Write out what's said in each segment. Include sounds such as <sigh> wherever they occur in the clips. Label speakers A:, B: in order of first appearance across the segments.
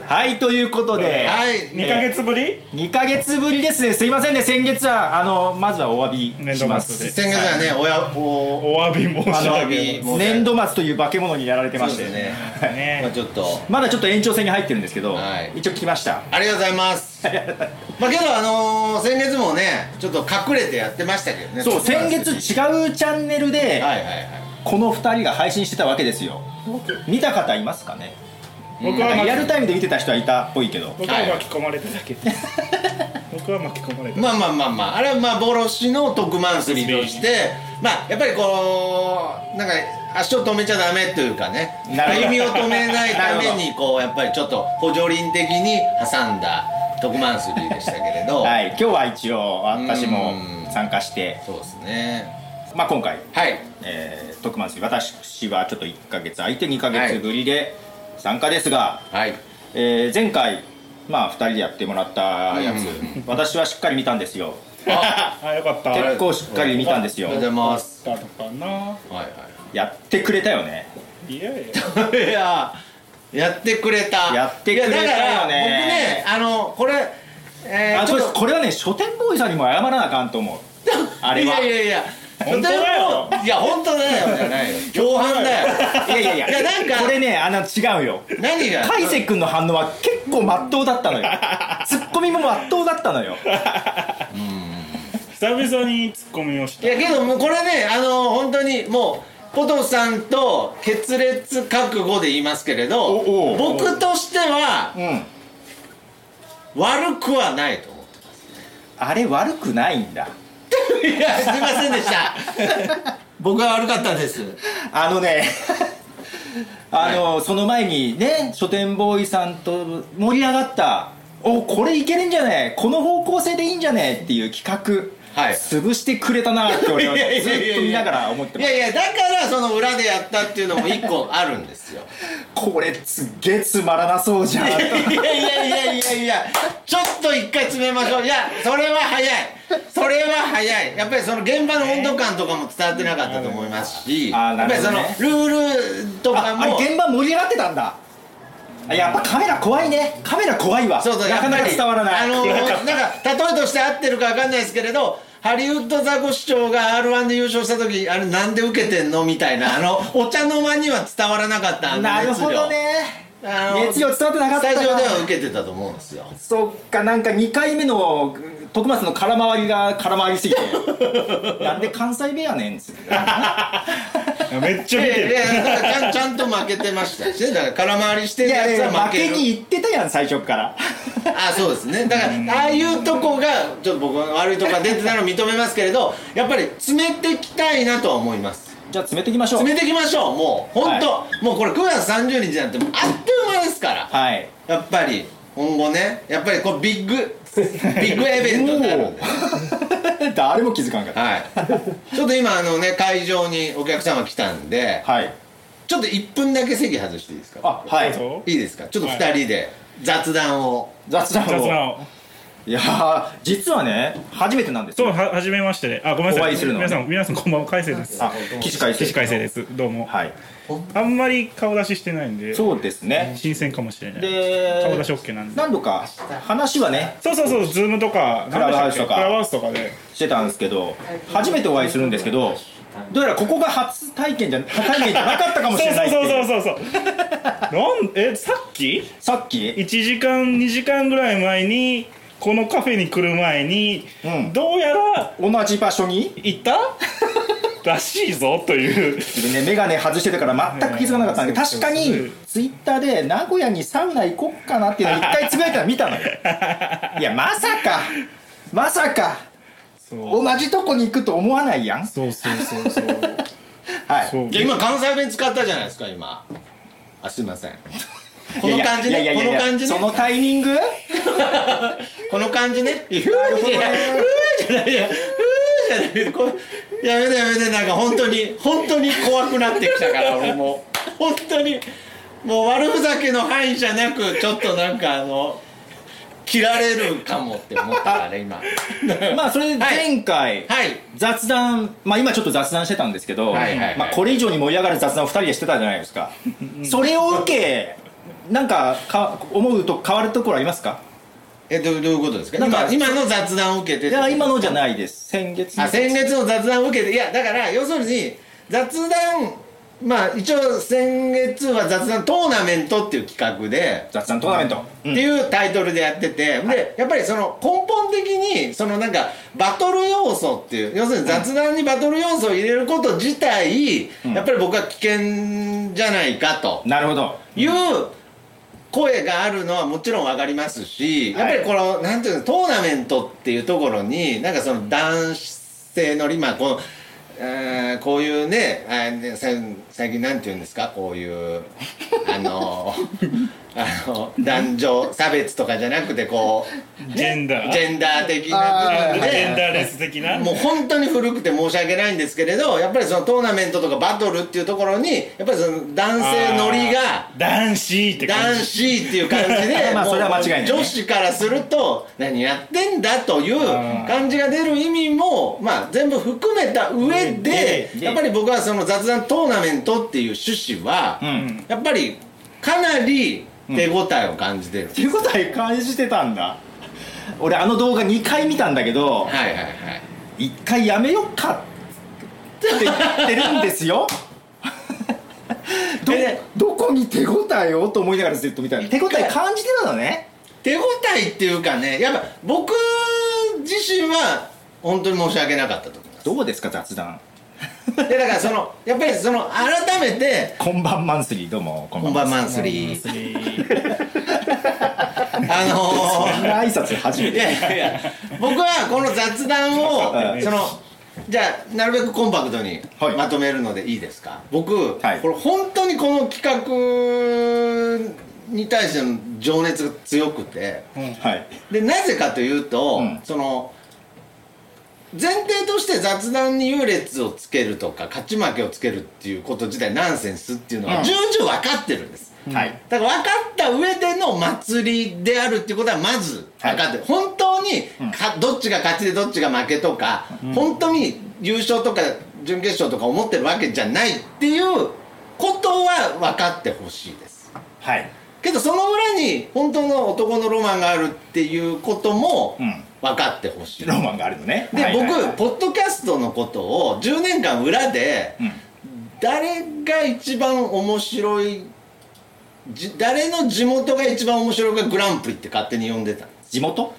A: はいということで、
B: はい
C: 2ヶ月ぶり
A: 2ヶ月ぶりですねすいませんね先月はあのまずはお詫びします
C: 年
B: 先
C: 度末で
B: 月はね、親お
C: お詫び申し
B: お
C: 上
B: 詫
C: げ
B: び
C: ま
B: もうね
A: 年度末という化け物にやられてま
B: そう
A: し
B: で
A: て
B: すね。
C: すね
B: まあちょっと
A: まだちょっと延長戦に入ってるんですけど、
B: はい
A: 一応聞きました
B: ありがとうござい
A: <laughs>
B: ます。まあけどあのー、先月もね、ちょっと隠れてやってましたけどね。
A: そう先月違うチャンネルで、
B: はいはいはい。
A: この2人が配信してたわけですよ見た方いますかね
C: 僕
A: な
C: は
A: んか
C: 巻き
A: リアルタイムで見てた人はいたっぽいけど
C: 僕は巻き込まれた
A: <laughs>
C: だけです僕は巻き込まれた
B: まあまあまあまああれはまあ幻の特マンスリーとしてまあやっぱりこうなんか足を止めちゃダメというかね
A: なるほど
B: 歩みを止めないた
A: <laughs>
B: め
A: なる
B: にこうやっぱりちょっと補助輪的に挟んだ特マンスリーでしたけれど、
A: はい今日は一応私も
B: うん
A: 参加して、
B: そうですね
A: まあ、今回、
B: はい
A: えー、特番です私はちょっと1ヶ月空いて2ヶ月ぶりで参加ですが、
B: はい
A: えー前回まあ2人でやってもらったやつ、
B: う
A: 私はしっかり見たんですよ
B: あ
C: あよかった
A: 結構しっかり見たんです
B: あり
A: よ
B: がとうございます
C: だったかな
B: はい
A: やってくれたよね
C: いやいや
B: はい <laughs> いややってくれた
A: やってくれたよね
B: いやだから僕ねあのこれえー
A: あ
B: ちょ
A: こ
B: っ
A: れ
B: と
A: これはね書店ボーイさんにも謝らなあかんと思うあれはい
B: やいやいや
C: 本当だよ
B: いや本当だよじゃ
A: <laughs>
B: ないよ共犯だよ
A: いやいやいや
B: いやなんか
A: <laughs> これねあの違うよ
B: 何が
A: 海瀬君の反応は結構まっとうだったのよツッコミもまっとうだったのよ
C: 久々にツッコミをし
B: い
C: た
B: やけどもうこれねあの本当にもうポトさんと決裂覚悟で言いますけれど
A: おお
B: 僕としては
A: うん
B: 悪くはないと思っ
A: あれ悪くないんだ
B: ていやすいませんでした
A: <laughs>
B: 僕は悪かったです
A: あのねあの、その前にね書店ボーイさんと盛り上がったおこれいけるんじゃねえこの方向性でいいんじゃねえっていう企画、
B: はい
A: 潰してくれたなって俺は
B: いやいやい
A: ず
B: やいや
A: っと見ながら思って
B: い
A: ます
B: やいやだからその裏でやったっていうのも一個あるんですよ
A: <laughs> これすっげえつまらなそうじゃん
B: いやいやいやいやいやちょっと一回詰めましょういやそれは早いそれは早いやっぱりその現場の温度感とかも伝わってなかったと思いますし、
A: あー
B: や
A: な
B: っぱ
A: る
B: り
A: ほ
B: そ
A: どね
B: のルールとか
A: ああ
B: も
A: れ現場盛り上がってたんだあやっぱカメラ怖いねカメラ怖いわ
B: そうそう
A: なかなか伝わらない
B: やっぱ
A: <laughs>
B: りあのー、なんか例えとして合ってるかわかんないですけれどハリウッドザコシショウが r 1で優勝した時あれなんで受けてんのみたいなあのお茶の間には伝わらなかったあの
A: な
B: 熱量
A: るほどね
B: あのー
A: 熱量伝わってなかったか
B: スタジオでは受けてたと思うんですよ
A: そっかなんか2回目の徳松の空回りが空回りすぎ
C: <laughs>
A: てなんで関西弁やねんっつって
C: めっちゃ見
B: え
C: て
B: え
C: る
B: だからちゃんち <laughs> ゃんと負けてましたしねだから空回りして
A: い
B: る
A: やい
B: や
A: や
B: つは
A: 負
B: 負け
A: け
B: る
A: にいってたやん最初から
B: あそうですねだからああいうとこがちょっと僕は悪いとこが出てたの認めますけれどやっぱり詰めてきたいなとは思います
A: じゃあ詰めていきましょう
B: 詰めてきましょうもう本当、もうこれ9月30日なんてもうあっという間ですから
A: はい
B: やっぱり今後ねやっぱりこうビッグビッグイベントになるんでね
A: おー誰も気づかんかった
B: はいちょっと今あのね会場にお客様来たんで
A: はい
B: ちょっと1分だけ席外していいですか
A: あは
C: どうぞ
A: い
B: いいですかちょっと2人で雑談を、
A: 雑談
C: 雑
A: を
C: 談を
A: いやー実はね初めてなんです
C: そう
A: よ
C: は初めましてであごめんなさ
A: お会
C: い
A: いするのは
C: 皆さん皆さんこんばんは海星です
A: あ岸海
C: 岸海星ですどうも
A: はい
C: あんまり顔出ししてないんで
A: そうですね
C: 新鮮かもしれない
A: で
C: 顔出し OK なんで
A: 何度か話はね
C: そうそうそうズームとか
A: クラブハウスとか
C: なんでしたっけクラブハウスとかで
A: してたんですけど初めてお会いするんですけどどうやらここが初体験じゃ初体験じゃなかったかもし
C: そう
A: れないって
C: <laughs> そう
A: い
C: そう
A: う
C: そうそうなんえさっき
A: さっき
C: 1時間2時間ぐらい前にこのカフェに来る前に、
A: うん
C: どうやら
A: 同じ場所に
C: 行った <laughs> らしいぞという
A: でね眼鏡外してたから全く気づかなかったんだけど
C: はい
A: 確か
C: そうそう
A: に
C: そう
A: ツイッターで名古屋にサウナ行こっかなっていうのを一回つぶやいたの見たのよいやまさかまさか
C: そう
A: 同じとこに行くと思わないやん
C: そうそうそうそう
A: はい
C: そう
B: いや今関西弁使ったじゃないですか今あすいませんこの感じ
A: いや
B: ね
A: いや
B: こ
A: いやい
B: の
A: や
B: 感じ
A: その
B: ね
A: タイミング
B: この感じねふうじゃないふうじゃないやふうじゃないこうやめてやめてなんか本当に本当に怖くなってきた <laughs> から俺もう本当にもう悪ふざけの範囲じゃなくちょっとなんかあの切られるかもって思ったから今 <laughs> は
A: まあそれで前回
B: い
A: 雑談まあ今ちょっと雑談してたんですけど
B: はいはいはい
A: まあこれ以上に盛り上がる雑談を2人でしてたじゃないですかそれを受けなんかか思うと変わるところありますか
B: えどうどういうことですか
A: なんか
B: 今今の雑談を受けて
A: いや今のじゃ
B: い
A: ないです先月の
B: あ先月の雑談を受けていやだから要するに雑談まあ一応先月は雑談トーナメントっていう企画で
A: 雑談トーナメント、
B: って
A: うん
B: いうタイトルでやってて、でやっぱりその根本的にそのなんかバトル要素っていう要するに雑談にバトル要素を入れること自体、やっぱり僕は危険じゃないかと
A: なるほど
B: いう声があるのはもちろん分かりますし、
A: はい
B: やっぱりこのなんていうのトーナメントっていうところになんかその男性の今この。えーこういうねあねさ最近なんて言うんですかこういうあのあの男女差別とかじゃなくてこう、ね
C: ジェンダー
B: ジェンダー的
C: あ
B: な部
C: ージ
B: 分
C: ェン
B: で
C: ダーレス的な
B: もう本当に古くて申し訳ないんですけれどやっぱりそのトーナメントとかバトルっていうところにやっぱりその男性ノリが
C: あー男子って感
B: 男
C: じ
B: 子っていう感じで
A: <laughs> まあそれは間違いないね
B: もう女子からすると何やってんだという
C: あー
B: 感じが出る意味も、まあ、全部含めた上で
A: で
B: やっぱり僕はその雑談トーナメントっていう趣旨は、
A: うん
B: やっぱりかなり手応えを感じてる、
A: 手応え感じてたんだ俺あの動画2回見たんだけど
B: はいはいはい
A: 1回やめよっかって言ってるんです
B: <laughs>
A: よど
B: え
A: どこに手応えをと思いながらずっと見た手応え感じてたのね
B: 手応えっていうかねやっぱ僕自身は本当に申し訳なかったと思いま
A: どうですか雑談
B: すでだからそのやっぱりその改めて
A: こんばんマンスリーどうもこんば
B: 本
A: んマ
B: 番
A: ンス <laughs>
B: マンスリーあ
A: リ
B: のー
A: ー、そんな挨拶初め
B: い
A: て
B: やいやいや僕はこの雑談を
A: <laughs> はい
B: そのじゃあなるべくコンパクトに
A: はい
B: まとめるのでいいですか、僕、
A: はい
B: これ本当にこの企画に対しての情熱が強くて
A: はい
B: でなぜかというと、
A: うん
B: その前提として雑談に優劣をつけるとか勝ち負けをつけるっていうこと自体ナンセンスっていうの
A: う
B: は
A: ん
B: 重々分かってるんです、
A: はい
B: だから分かった上での祭りであるっていうことはまず分かってる、本当にかどっちが勝ちでどっちが負けとか、本当に優勝とか準決勝とか思ってるわけじゃないっていうことは分かってほしいです
A: はい
B: けどその裏に本当の男のロマンがあるっていうことも
A: うん
B: 分かってほしい、
A: ロマンがあるのね
B: で、
A: はいはいはい
B: 僕ポッドキャストのことを10年間裏で、
A: うん
B: 誰が一番面白いじ誰の地元が一番面白いかグランプリって勝手に呼んでた
A: 地元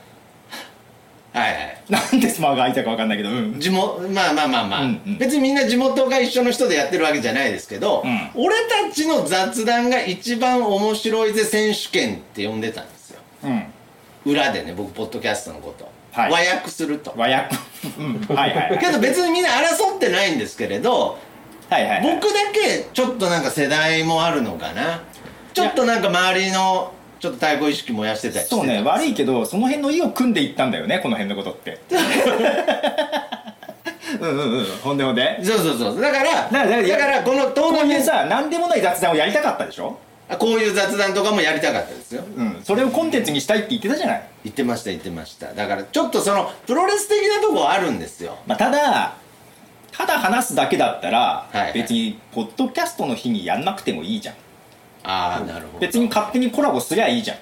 B: はいはい
A: なんでスマホが開いたか分かんないけどうん
B: 地元まあまあまあまあ、
A: うんうん
B: 別にみんな地元が一緒の人でやってるわけじゃないですけど、
A: うん
B: 俺たちの雑談が一番面白いぜ選手権って呼んでたんですよ
A: うん
B: 裏でね僕ポッドキャストのこと、
A: はい
B: 和訳すると
A: 和訳うんはい <laughs> はいはい
B: けど別にみんな争ってないんですけれど
A: はいはいはい
B: 僕だけちょっとなんか世代もあるのかなちょっとなんか周りのちょっと対抗意識燃やしてたりして
A: そうね悪いけどその辺の意を組んでいったんだよねこの辺のことって <laughs> うんうんうんほんでほんで
B: そうそうそうだからだ
A: だから
B: からこのトー
A: こ
B: ナ
A: うい
B: メ
A: う
B: ント
A: さ何でもない雑談をやりたかったでしょ
B: あこういう雑談とかもやりたかったですよ
A: うんそれをコンテンツにしたいって言ってたじゃない
B: 言ってました言ってましただからちょっとそのプロレス的なとこあるんですよ
A: まあただただ話すだけだったら
B: はいはい
A: 別にポッドキャストの日にやんなくてもいいじゃん
B: ああなるほど
A: 別に勝手にコラボすりゃいいじゃん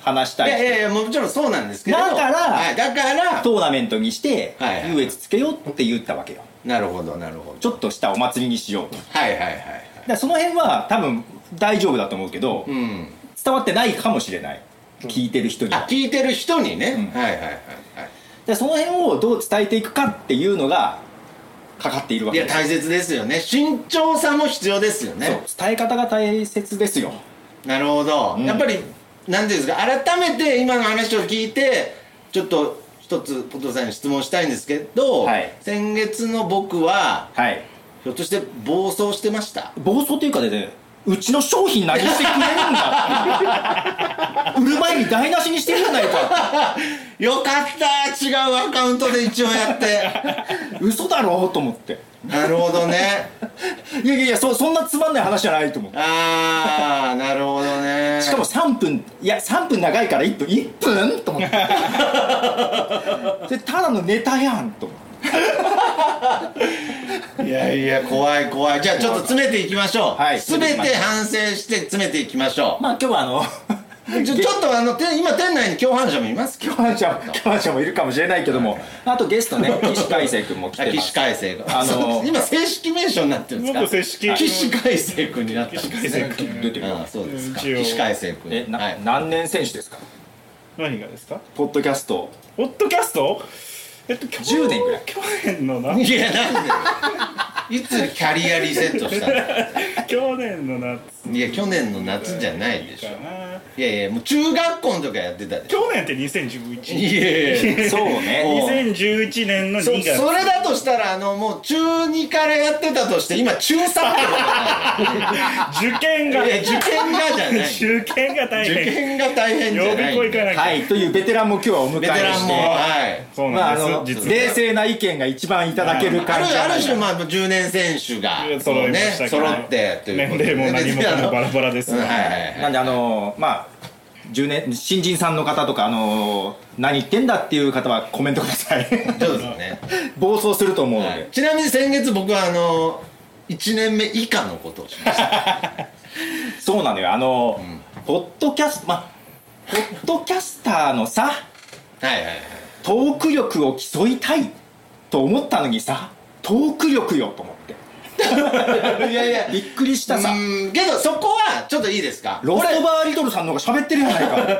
A: 話した
B: い
A: い
B: やい
A: 人
B: やいやもちろんそうなんですけど
A: だから
B: はい、だから
A: トーナメントにして
B: はいはい
A: 優越つけようって言ったわけよ
B: なるほどなるほど
A: ちょっとしたお祭りにしようとだか
B: はいはいはいはい
A: らその辺は多分大丈夫だと思うけど、
B: うん
A: 伝わってないかもしれない聞いてる人に
B: あ
A: は
B: 聞いてる人にね、
A: うん
B: はいはいはいはい
A: でその辺をどう伝えていくかっていうのがかかっているわ
B: い
A: け
B: や
A: です
B: 大切ですよね慎重さも必要ですよね
A: そう伝え方が大切ですよ
B: なるほど、
A: うん
B: やっぱりなんていうんですか改めて今の話を聞いてちょっと一つポトフさんに質問したいんですけど、
A: はい
B: 先月の僕は
A: はい
B: ひょっとして暴走してました
A: 暴走というかでねうちの商品何してくれるんだ売る前に台無しにしてるじゃないか
B: よかった違うアカウントで一応やって
A: <laughs> 嘘だろうと思って
B: なるほどね
A: いやいやいやそそんなつまんない話じゃないと思って
B: ああなるほどね
A: しかも3分いや3分長いから1分1分と思ってそれただのネタやんと思って
B: いやいや怖い怖いじゃあちょっと詰めていきましょう、
A: はい
B: 全て反省して詰めていきましょ
A: まあ今日はあの
B: うちょちょっとあのて今店内に共犯者もいますけど
A: 共犯者も共犯者もいるかもしれないけどもあとゲストね岸海生君も来て
B: 騎
A: ま
B: 士
A: す
B: 改正が、
A: あのー
B: <laughs> 今正式名称になってるんですか
C: 僕正式
B: 騎士改正君になってるんです
C: 海生君
A: 出てる
B: ああそうですか
C: 一応
B: 騎士改正君
A: えな、
B: <laughs> はい、
A: 何年選手ですか
C: 何がですか
A: ポッドキャスト
C: ポッドキャストえっと去
A: 10年ぐらい
C: 去年のない <laughs>
B: やなん <laughs> でいつキャリアリセットしたの
C: 去年の夏
B: いや去年の夏じゃないでし
C: か
B: ょ
C: ない
B: やいやもう中学校の時はやってたでしょ
C: 去年って2011
B: いやいや
A: そうね
C: 2011年の
B: そ
C: 2月
B: それだとしたらあのもう中2からやってたとして今中3って
C: 受験
B: こと
C: が
B: いや受験がじゃない
C: <laughs>
B: 受
C: 受験が大変
B: 験が大変じ
C: 予
B: ゃない
C: 備校行かなきゃ
A: はいというベテランも今日はお迎
B: ベ
A: え
B: テラ
A: し
B: ンも
A: て
B: はい
C: そう
A: まあ
C: な
A: あ
C: んです、
A: の
C: 実は
A: 冷静な意見が一番いただける
B: あ
A: 感じ
B: る
A: じゃ
B: あ
A: ない
B: る
A: か
B: 種まあ10年選手が
C: 揃いました
B: ね
C: けど
B: 揃ってという
C: 年
B: ことで
C: 齢も何もかもバラバラです
B: うん <laughs>
C: が、
B: はいはい
A: な
B: はい
A: んであのまあ10年新人さんの方とかあの何言ってんだっていう方はコメントください <laughs>
B: そうですね
A: 暴走すると思うので、
B: はいちなみに先月僕はあの1年目以下のことをしました
A: そうなのよあの、ポッドキャストまあポッドキャスターのさ
B: はいはいはい
A: トーク力を競いたいと思ったのにさトーク力よと思って
C: <laughs>
B: いやいや
A: びっくりしたさ
B: うんけどそこはちょっといいですか
A: ロストバーリドルさんの方が喋ってるじゃない
B: <laughs>
A: か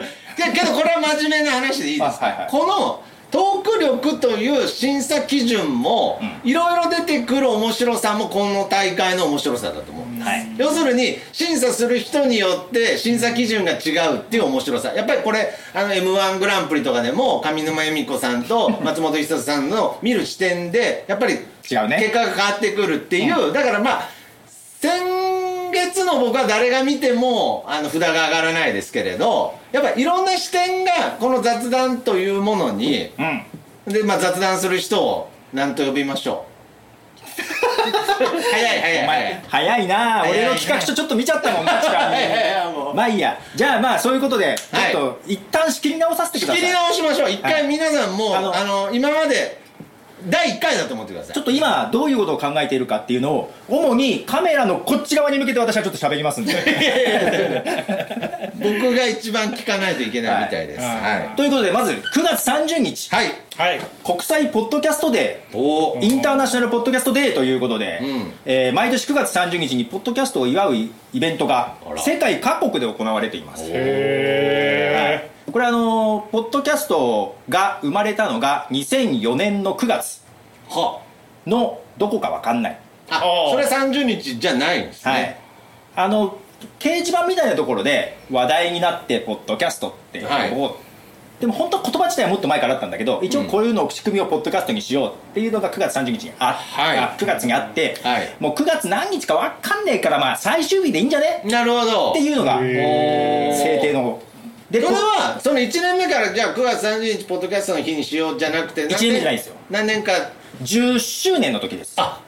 B: けけどこれは真面目な話でいいです
A: あ
B: か、
A: はいはい
B: このトーク力という審査基準もいろいろ出てくる面白さもこの大会の面白さだと思うんです、
A: はい
B: 要するに審査する人によって審査基準が違うっていう面白さやっぱりこれあの m 1グランプリとかでも上沼恵美子さんと松本人志さんの見る視点でやっぱり
A: 違うね
B: 結果が変わってくるっていう、だからまあ先月の僕は誰が見てもあの札が上がらないですけれどやっぱいろんな視点がこの雑談というものに
A: うん
B: で、まあ、雑談する人を何と呼びましょ
A: <laughs>
B: う早い早い
A: お
B: 早
A: 前
B: い
A: 早いな
B: 早い
A: 俺の企画書ちょっと見ちゃったもんな確か
B: いやいやもう
A: にまあいいやじゃあまあそういうことでち
B: はい
A: ょっと一旦仕切り直させてくだ
B: 切
A: さい
B: り直しましょう一
A: は
B: 回皆さんもう、
A: あの
B: あの今まで第1回だと思ってくださ
A: ちょ
B: い
A: っと今どういうことを考えているかっていうのを主にカメラのこっち側に向けて私はちょっと喋りますんで
B: <laughs> 僕が一番聞かないといけないみたいですは
C: はい
B: い、はい
A: ということでまず9月30日
C: はい
A: 国際ポッドキャストデー
B: おー
A: インターナショナルポッドキャストデーということで、
B: うん
A: えー毎年9月30日にポッドキャストを祝うイベントが
B: あら
A: 世界各国で行われています
C: へ
A: これあのーポッドキャストが生まれたのが2004年の9月
B: は
A: のどこかわかんない、
B: あ
C: おー
B: それ30日じゃないんですね、
A: はい、あの掲示板みたいなところで話題になってポッドキャストって、
B: はい
A: こうでも本当は言葉自体はもっと前からあったんだけど一応こういうのを仕組みをポッドキャストにしようっていうのが9月30日にあ,、
B: はい
A: あ9月にあって、
B: はい
A: もう9月何日かわかんねえからまあ最終日でいいんじゃね
B: なるほど
A: っていうのが
C: へ
A: 制定
B: の
A: ので
B: これ
A: こ
B: はその1年目からじゃあ9月30日ポッドキャストの日にしようじゃなくて何
A: 一年目じゃないですよ
B: 何年か
A: 10周年の時です
B: あ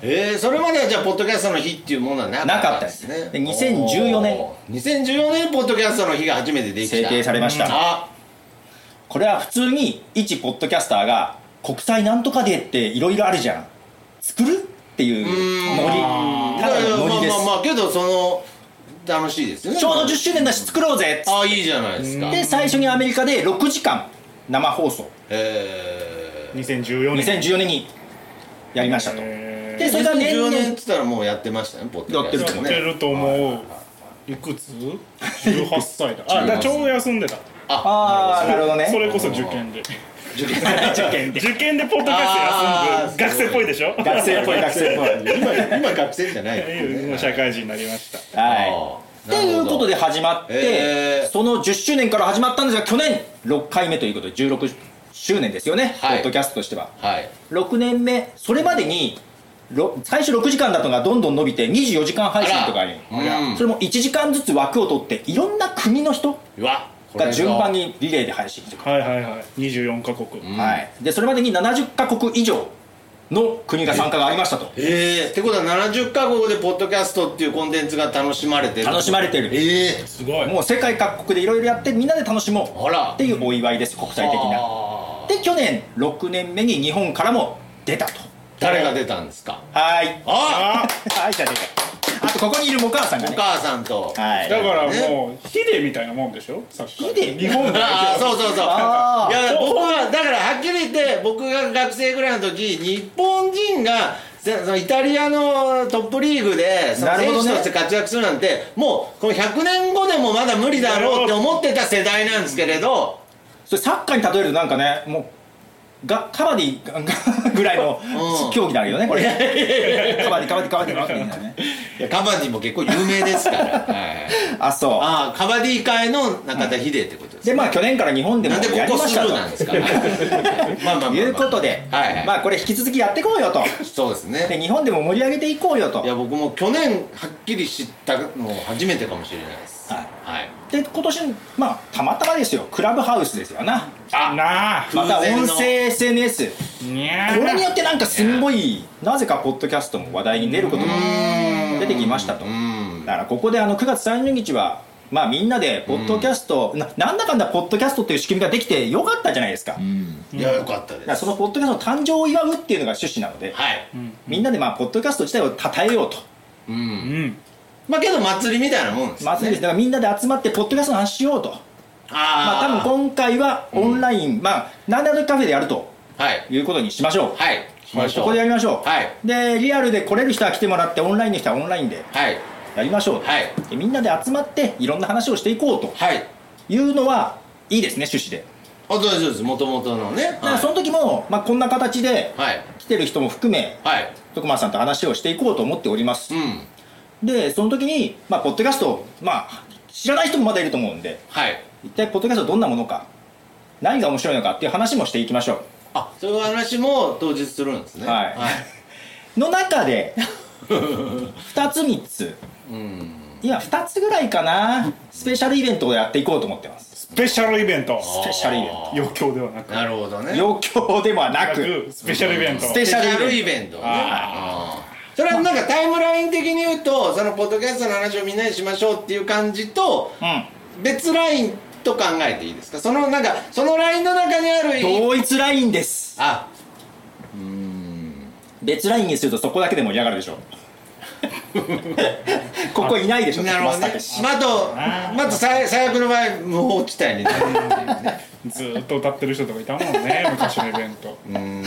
B: えー、それまではじゃあポッドキャストの日っていうものはなかったんです
A: なか
B: ね
A: ったですで2014年
B: おー2014年ポッドキャストの日が初めてできた
A: 制定されました
B: うんあ
A: これは普通に一ポッドキャスターが国際なんとかデーっていろいろあるじゃん作るっていうノリただのノリで
B: まあ
A: す
B: まあまあけどその楽しいですよね
A: ちょうど10周年だし作ろうぜっつっ
B: あいいじゃないですか
A: て最初にアメリカで6時間生放送
B: え
C: ー2014年
A: 2014年にやりましたと
C: へー
A: で
B: ー、
A: それが年
B: 2014
A: 々
B: 年っつったらもうやってましたねポッドキャスト
C: やっ
B: ね
C: てると思ういくつ ?18
A: <laughs>
C: 歳だあだからちょうど休んでた
A: ああなるほど
C: そ
A: ね
C: れこそ受験で
B: 受
C: <laughs>
B: 験
A: 受験で
C: 受験でポッドキャス
B: あー
C: ト休んで学生っぽいでしょ
A: 学生っぽい学生っぽい
B: 今今学生じゃないよ
C: もう社会人になりました
A: はい
B: あーな
A: とい
B: るほど
A: うことで始まって、
B: えー
A: その10周年から始まったんですが去年6回目ということで16周年ですよね、
B: はい
A: ポッドキャストとしては
B: はい
A: 6年目それまでにろ最初6時間だったのがどんどん伸びて24時間配信とかに
B: あらうん
A: それも1時間ずつ枠を取っていろんな国の人
B: うわこれ
A: が順番にリレーで配信してく
C: はいはいはい24カ国
A: る、はい、でそれまでに70カ国以上の国が参加がありましたと
B: えー、ってことは70カ国でポッドキャストっていうコンテンツが楽しまれてる
A: 楽しまれてる
B: ええ
C: すごい
A: もう世界各国でいろいろやってみんなで楽しも
B: あ
A: う
B: ら
A: っていうお祝いです国際的な
B: あ
A: で去年6年目に日本からも出たと
B: 誰が出たんですか
A: はーい
B: あ
A: <laughs>
C: あ
A: はいじゃねえかあとここにいるお母さんが
B: お
A: ね
B: 母さんと
A: はい
C: だからもうヒデみたいなもんでしょサッカー
A: ヒデ
C: 日本代
B: あ <laughs> あ
C: 表
B: そうそうそうい
A: あー
B: や僕はだからはっきり言って僕が学生ぐらいの時日本人がせそのイタリアのトップリーグでその
A: なる
B: 選
A: ほどね
B: 手として活躍するなんてもうこの100年後でもまだ無理だろうって思ってた世代なんですけれど
A: それサッカーに例えるとなんかねもうがカバディ <laughs> ががぐらいの
B: うん
A: 競技だけどねこれカバディカバディカバディカバディみたいなね
B: いやカバディも結構有名です <laughs> からはい
A: あそ
B: ああカバディ界の中田秀ってことで
A: う
B: す
A: で
B: ね
A: まあ去年から日本でも
B: なんで
A: やり
B: ここ
A: まし
B: す
A: た
B: ぐ
A: と
B: なんですか <laughs> まあまあまあまあ
A: ということで
B: はいはい
A: まあこれ引き続きやっていこうよ
B: <laughs>
A: と
B: そうですね
A: で日本でも盛り上げていこうよと
B: いや僕も去年はっきり知ったの初めてかもしれないです
A: はい
B: はい
A: で今年まあたまたまですよクラブハウスですよな
B: あ
C: なあ
A: また音
B: 偶然の
A: 声 SNS
C: にゃ
A: これによ
C: ー
A: ってなんかすんごいなぜかポッドキャストも話題に出ることも出てきましたと
B: うん
A: だからここであの9月30日は、まあ、みんなでポッドキャスト、ななんだかんだポッドキャストという仕組みができてよかったじゃないですか,、だ
B: いやよかったで
A: から
B: す
A: そのポッドキャストの誕生を祝うっていうのが趣旨なので、
B: はい
A: みんなでまあポッドキャスト自体を称えようと
B: う
C: うんん
B: まあけど祭りみたいなもんですよ
A: 祭りですだからみんなで集まってポッドキャストの話しようとまあ、
B: ああ
A: 多分今回はオンライン、まあなんだかんだカフェでやると
B: はい
A: いうことにしましょう、
B: はいしましょう
A: ここでやりましょう、
B: はい
A: でリアルで来れる人は来てもらってオンラインの人はオンラインで
B: はい
A: やりましょう、
B: はい
A: でみんなで集まっていろんな話をしていこうと
B: はい
A: いうのはいいですね趣旨で
B: あそうですそうです元々のね
A: だから
B: は
A: その時も、まあ、こんな形で
B: いはい
A: 来てる人も含め
B: はい
A: 徳間さんと話をしていこうと思っております
B: うん
A: でその時に、まあ、ポッドキャストを、まあ、知らない人もまだいると思うんで
B: はい
A: 一体ポッドキャストどんなものか何が面白いのかっていう話もしていきましょ
B: あそういう話も当日するんですね
A: はいうの中
B: <laughs>
A: で2つ3つ
B: うん
A: 今2つぐらいかなスペシャルイベントをやっていこうと思ってます
C: スペシャルイベント
A: スペシャルイベン
B: あー
C: 余興ではなく
B: なるほど
A: <laughs>
B: ね
A: 余興ではなく
C: スペシャルイベント
A: スペ
B: スペ
A: シ
B: シ
A: ャ
B: ャ
A: ル
B: ル
A: イ
B: イベントねあーそれはなんかタイムライン的に言うとそのポッドキャストの話をみんなにしましょうっていう感じと
A: うん
B: 別ラインと考えていいですかそのなんかそのラインの中にある
A: 同一ラインです
B: あうーん
A: 別ラインにするとそこだけで盛り上がるでしょ <laughs> ここいないでしょ
B: なるほどね
A: マスター
B: まああと
C: あー
B: まああと最最悪の場合無法地帯になる
C: ずーっと歌ってる人とかいたもんね
A: <laughs>
C: 昔のイベント
B: うーん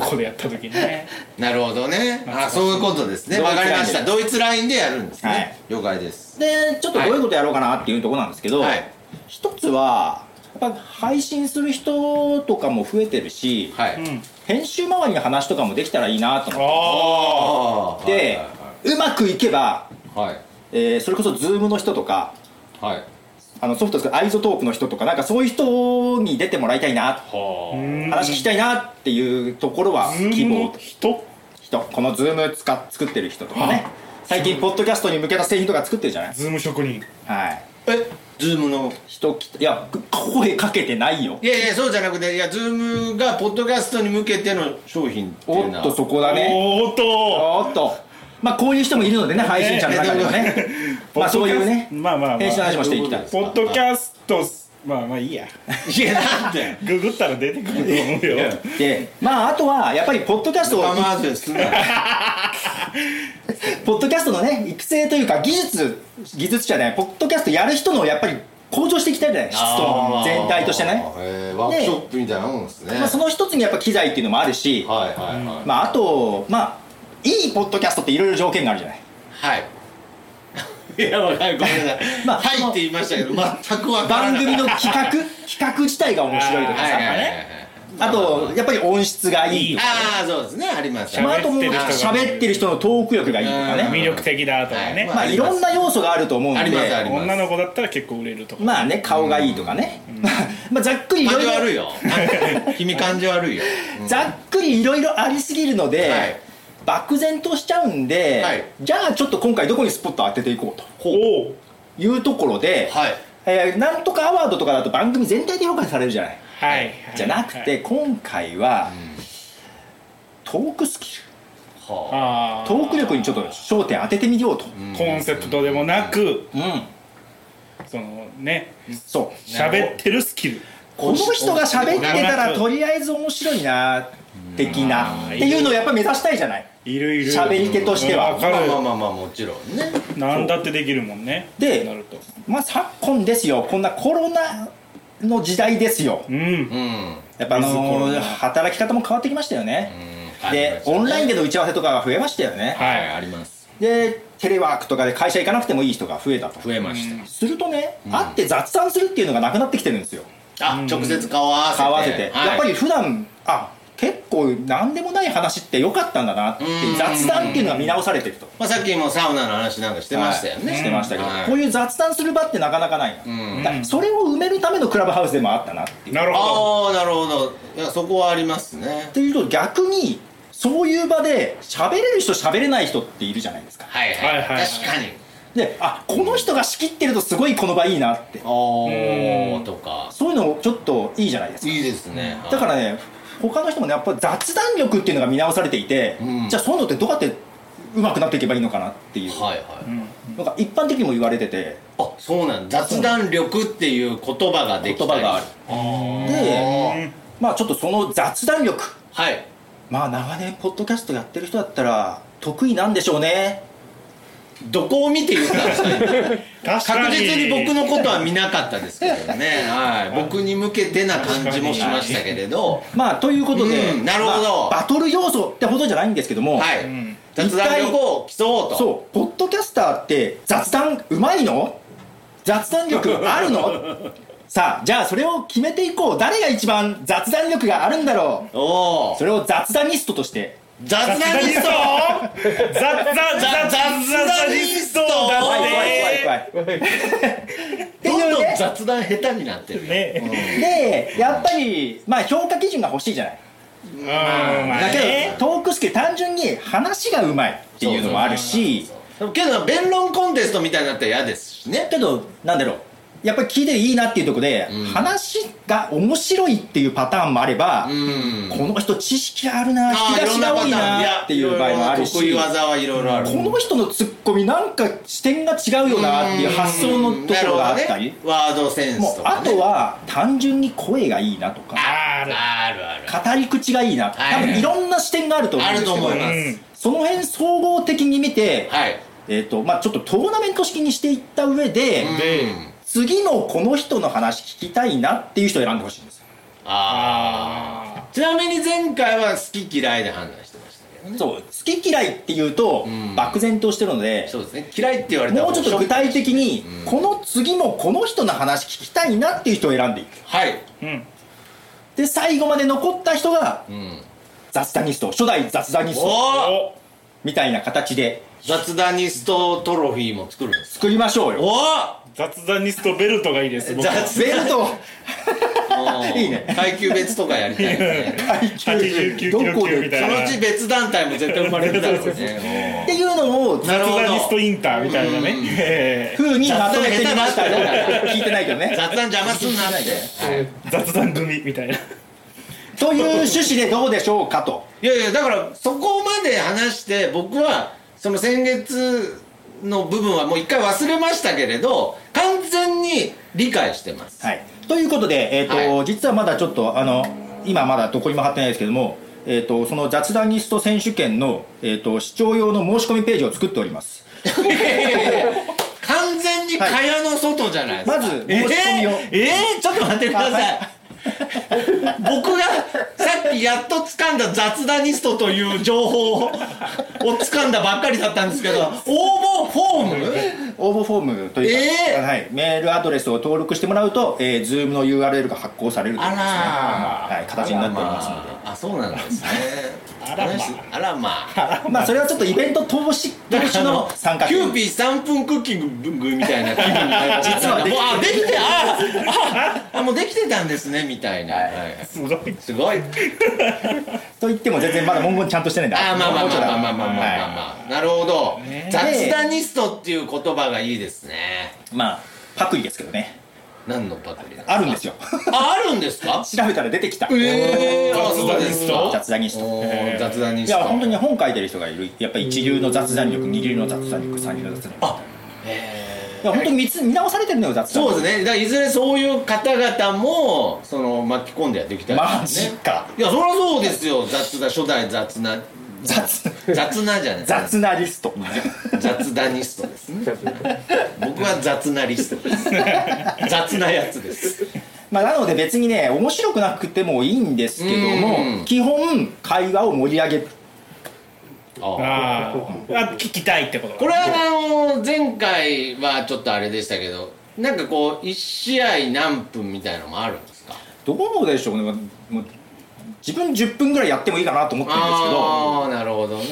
C: ここでやった時にね
B: <laughs> なるほどねあそういうことですね
A: 同
B: わ
A: 一ラ
B: か
A: イン
B: り
A: で
B: ましたドイツラインでやるんですね、
A: はい
B: 了解です
A: でちょっとどういうことやろうかなっていうところなんですけど、
B: はい
A: 一つはやっぱ配信する人とかも増えてるし、
B: はい、
C: うん
A: 編集周りの話とかもできたらいいなと思っ
C: ああ
B: ああ
A: て、うまくいけば、
B: はい
A: えーそれこそ Zoom の人とか
B: はいはい
A: あのソフトですけどアイゾトープの人とかなんかそういう人に出てもらいたいな
B: は
A: 話聞きたいなっていうところは
C: ズ
A: 希
C: ーム
A: 望
C: の人
A: 人この Zoom 使っ作ってる人とかね最近ポッドキャストに向けた製品とか作ってるじゃない
C: ズーム職人
A: はい
B: えズームの
A: 人来たいや声かけてないよ
B: いやいやそうじゃなくていやズームがポッドキャストに向けての商品ってい
A: お
B: う
A: っ
B: のは
A: とそこだね
C: おーっと
A: おっとまあこういう人もいるのでね配信者の中ではねまあそういうね
C: まあまあまあ
A: 編集の話もしていきたい
C: ポッドキャストまあまあいいや
B: いやなんて
C: ググったら出てくると思うよ
A: でまああとはやっぱりポッドキャストを
B: 我慢ですんな
A: ポッドキャストのね育成というか技術技術者ねポッドキャストやる人のやっぱり向上していきたいじゃない質と全体としてね
B: へーワークショップみたいなもんですね
A: まあその一つにやっぱ機材っていうのもあるし
B: はいはいはい
A: まああとまあいいポッドキャストっていろいろ条件があるじゃない
B: はいいやわかるごめんなさい
A: まあ
B: はいって言いましたけど全くわから
A: 番
B: ない
A: 組の企
B: <laughs>
A: 画企画自体が面白いとか
B: はい
A: さ
B: はいはいはい
A: あとやっぱり音質がいいとか
B: ああそうですねあります
A: まあ
B: は
A: あともう
C: 喋ってる人が
A: 喋ってる人のトーク力がいいとか
B: うん
A: ね
C: 魅力的だとかね、
A: まあいろんな要素があると思うん
B: ありますあ
A: で
B: ります
C: 女の子だったら結構売れるとか、
A: まあね顔がいいとかね <laughs> まあざっくりい
B: 感
A: ろ
B: じ悪
A: い
B: い
A: ろ
B: よ君感じ悪いようん
A: ざっくりいろいろありすぎるので
B: はい
A: 漠然としちゃうんで
B: はい
A: じゃあちょっと今回どこにスポット当てていこうと
C: おお
A: いうところで
B: はい
A: えーなんとかアワードとかだと番組全体で評価されるじゃない
C: はい
A: じゃなくて今回はトークスキル
B: は
C: あー
A: トーク力にちょっと焦点当ててみようと
C: コンセプトでもなく、
A: うん
C: そのね
A: そう
C: 喋ってるスキル
A: この人が喋ってたらとりあえず面白いな的なっていうのをやっぱり目指したいじゃない
C: いるいる
A: 喋り手としては
C: うんわかる
B: まあまあまあもちろんね
C: なんだってできるもんね
A: で
C: そうなると
A: まあ昨今ですよこんなコロナの時代ですよ
C: うん
B: うん
A: やっぱあ
C: ウィズコロ
A: の
C: ナ
A: 働き方も変わってきましたよね、でオンラインでの打ち合わせとかが増えましたよね、
B: はいあります
A: でテレワークとかで会社行かなくてもいい人が増えたと
B: 増えました
A: するとね、会って雑談するっていうのがなくなってきてるんですよ
B: あ直接顔合わせて
A: 顔合わせて、
B: はい
A: やっぱり普段あ結構何でもない話って良かったんだなって
B: うん
A: 雑談っていうのが見直されてると
B: まあさっきもサウナの話なんかしてましたよね
A: はいしてましたけど、
B: はい
A: こういう雑談する場ってなかなかないな、
B: うん
A: だからそれを埋めるためのクラブハウスでもあったなっていう
C: なるほ
B: ああなるほどいやそこはありますね
A: っていうと逆にそういう場で喋れる人喋れない人っているじゃないですか
B: はい
C: はいはいはい
B: 確かに
A: であこの人が仕切ってるとすごいこの場いいなって
B: おーとか
A: そういうのちょっといいじゃないですか
B: いいですね
A: だかららね他の人もねやっぱり雑談力っていうのが見直されていて、
B: うん
A: じゃあそういうのってどうやって上手くなっていけばいいのかなっていう
B: はいはい
A: なんか一般的にも言われてて
B: あそうなんだ雑談力っていう言葉ができた
A: 言
B: り
A: 葉があるで
C: どうん
A: まあちょっとその雑談力
B: はい
A: まあ長年ポッドキャストやってる人だったら得意なんでしょうね
B: どこを見て言ったんですか
C: 確か
B: 確
C: に
B: 実に僕のことは見なかったですけどね、はい、僕に向けてな感じもしましたけれど
A: まあということで、
B: うんなるほど
A: まあバトル要素ってほどじゃないんですけども、
B: はい、
C: ん
B: 雑談力を競おうと
A: そうポッドキャスターって雑談うまいの雑談力ある
B: <laughs>
A: のさあじゃあそれを決めていこう誰が一番雑談力があるんだろう
B: おお
A: それを雑談ニストとして
B: 雑談
C: 雑
B: 力
C: スト雑雑雑雑雑リストだ
B: 怖い
C: っ
B: 怖い
C: て
A: 怖い怖いって
B: どん
A: いう
B: どん
A: ね
B: 雑談下手になってるよ、
C: ね
A: でやっぱりまあ評価基準が欲しいじゃない
C: うんまあ
A: だけ
C: ね
A: どトークスキル単純に話がうまいっていうのもあるし
B: でもけど弁論コンテストみたいになったら嫌ですしね
A: けどなんだろうやっぱり聞いていいなっていうところで、
B: うん
A: 話が面白いっていうパターンもあれば、
B: うん
A: この人知識あるな
B: あ
A: 引き
B: ーい
A: 出
B: ろん
A: し
B: な
A: が多
B: パタ
A: い
B: ーン
A: なっていう場合もあるし
B: いろいろな得意技はいろいろある
A: この人のツッコミなんか視点が違うよなっていう発想のところがあったり、
B: うんなるほどね、ワードセン
A: も
B: ス
A: う
B: とか、ね、
A: あとは単純に声がいいなとか
B: あるあるある
A: 語り口がいいなとか
B: はい
A: 多分いろんな視点があると思うん
B: あ
A: で
B: る
A: すけ
B: と
A: ど、
B: 思います、
C: うん
A: その辺総合的に見て、
B: はい
A: えーとまあ、ちょっとトーナメント式にしていった上で、
C: で
B: うん
A: 次のこの人の話聞きたいなっていう人を選んでほしいんですよ
B: ああちなみに前回は好き嫌いで判断してましたけどね
A: そう好き嫌いっていうと、
B: うん
A: 漠然としてるので
B: そうですね嫌いって言われたら
A: もうちょっと具体的に、
B: うん
A: この次もこの人の話聞きたいなっていう人を選んでいく
B: はい、
C: うん
A: で最後まで残った人が
B: うん、
A: 雑談ニスト初代雑談ニスト
B: おお
C: お
A: みたいな形で
B: 雑談ニストトロフィーも作るんです
A: 作りましょうよ
B: お
C: 雑談リストベルトがいいです
B: お
C: 僕は
B: 雑
A: ベルト <laughs>
B: うん
A: いいね
B: 階級別とかやりたいね <laughs>
C: 89キロ
A: どこで
C: 級みたい
B: そ
C: な
B: のうち別団体も絶対生まれるだろう
A: っ
B: ね
A: ていうのを
B: なるほど
C: 雑談リストインターみたいな
B: うん
C: ね
A: 風にまとめてみました
B: 雑談下手だな
A: 聞いてないけど
B: うん
A: ね
B: 雑談邪魔すんなってはい
C: 雑談組みたいな
A: という趣旨でどうでしょうかと
B: いやいやだからそこまで話して僕はその先月の部分はもう一回忘れましたけれど完全に理解してます
A: はい、ということで、えーと
B: は
A: 実はまだちょっとあの今まだどこにも貼ってないですけども、えー、とその雑談ニスト選手権の、えー、と視聴用の申し込みページを作っております
B: 完全に蚊帳の外じゃないです
A: は
B: か、
A: いまず
B: え
A: 申し込みを
B: ー、えーちょっと待ってください <laughs> 僕がさっきやっと掴んだ雑談ニストという情報を掴んだばっかりだったんですけど応募フォーム
A: 応募フォームというか、
B: えー
A: はい、メールアドレスを登録してもらうと、えー、Zoom の URL が発行されるというですね、
B: あらー
A: はい、形になっておりますので。
B: あそうなんですね
C: あらま
B: あらまあ
A: まあそれはちょっとイベント投資投資の参加
B: キューピー3分クッキングみたいな気分になる
A: 実はできてる
B: もうあできてあああもうできてたんですねみたいな、はい
C: すごい
B: すごい
A: と言っても全然まだ文言ちゃんとしてないんだ
B: あまあまあまあまあまあまあまあまあ、
A: はい
B: まあなるほど
C: ね
B: 雑談ニストっていう言葉がいいですね
A: まあパクリですけどね
B: 何のパクリなんですか
A: あるんですよ
B: ああるんですか
A: <laughs> 調べたら出てきた
B: ええー、あ
C: 雑
B: そう
C: 談
B: で
C: ニ
B: す
C: ス
B: か
C: ト
A: 雑談ニスト
B: おー雑談ニ
A: い
B: スト
A: や本当に本書いてる人がいるやっぱ一流の雑談力二流の雑談力三流の雑談力
B: あえ
A: いや本当に見つ見直されてるのよ雑談
B: そうですねだからいずれそういう方々もその巻き込んでやっていきたい
A: マ
B: で
A: ジ
B: すね
A: か
B: いやそりゃそうですよ雑談初代雑な
A: 雑
B: 雑なじゃない
A: 雑なリスト
B: 雑談ニストですね僕は雑なリストです雑なやつです
A: <laughs> まあなので別にね面白くなくてもいいんですけど
B: う
A: も
B: ん
A: 基本会話を盛り上げる
B: ああ
C: あーあ聞きたいってこと
B: これはあの前回はちょっとあれでしたけどなんかこう1試合何分みたいのもあるんですか
A: どうでしょうねもう自分10分ぐらいやってもいいかなと思ってるんですけど
B: ああーなるほどね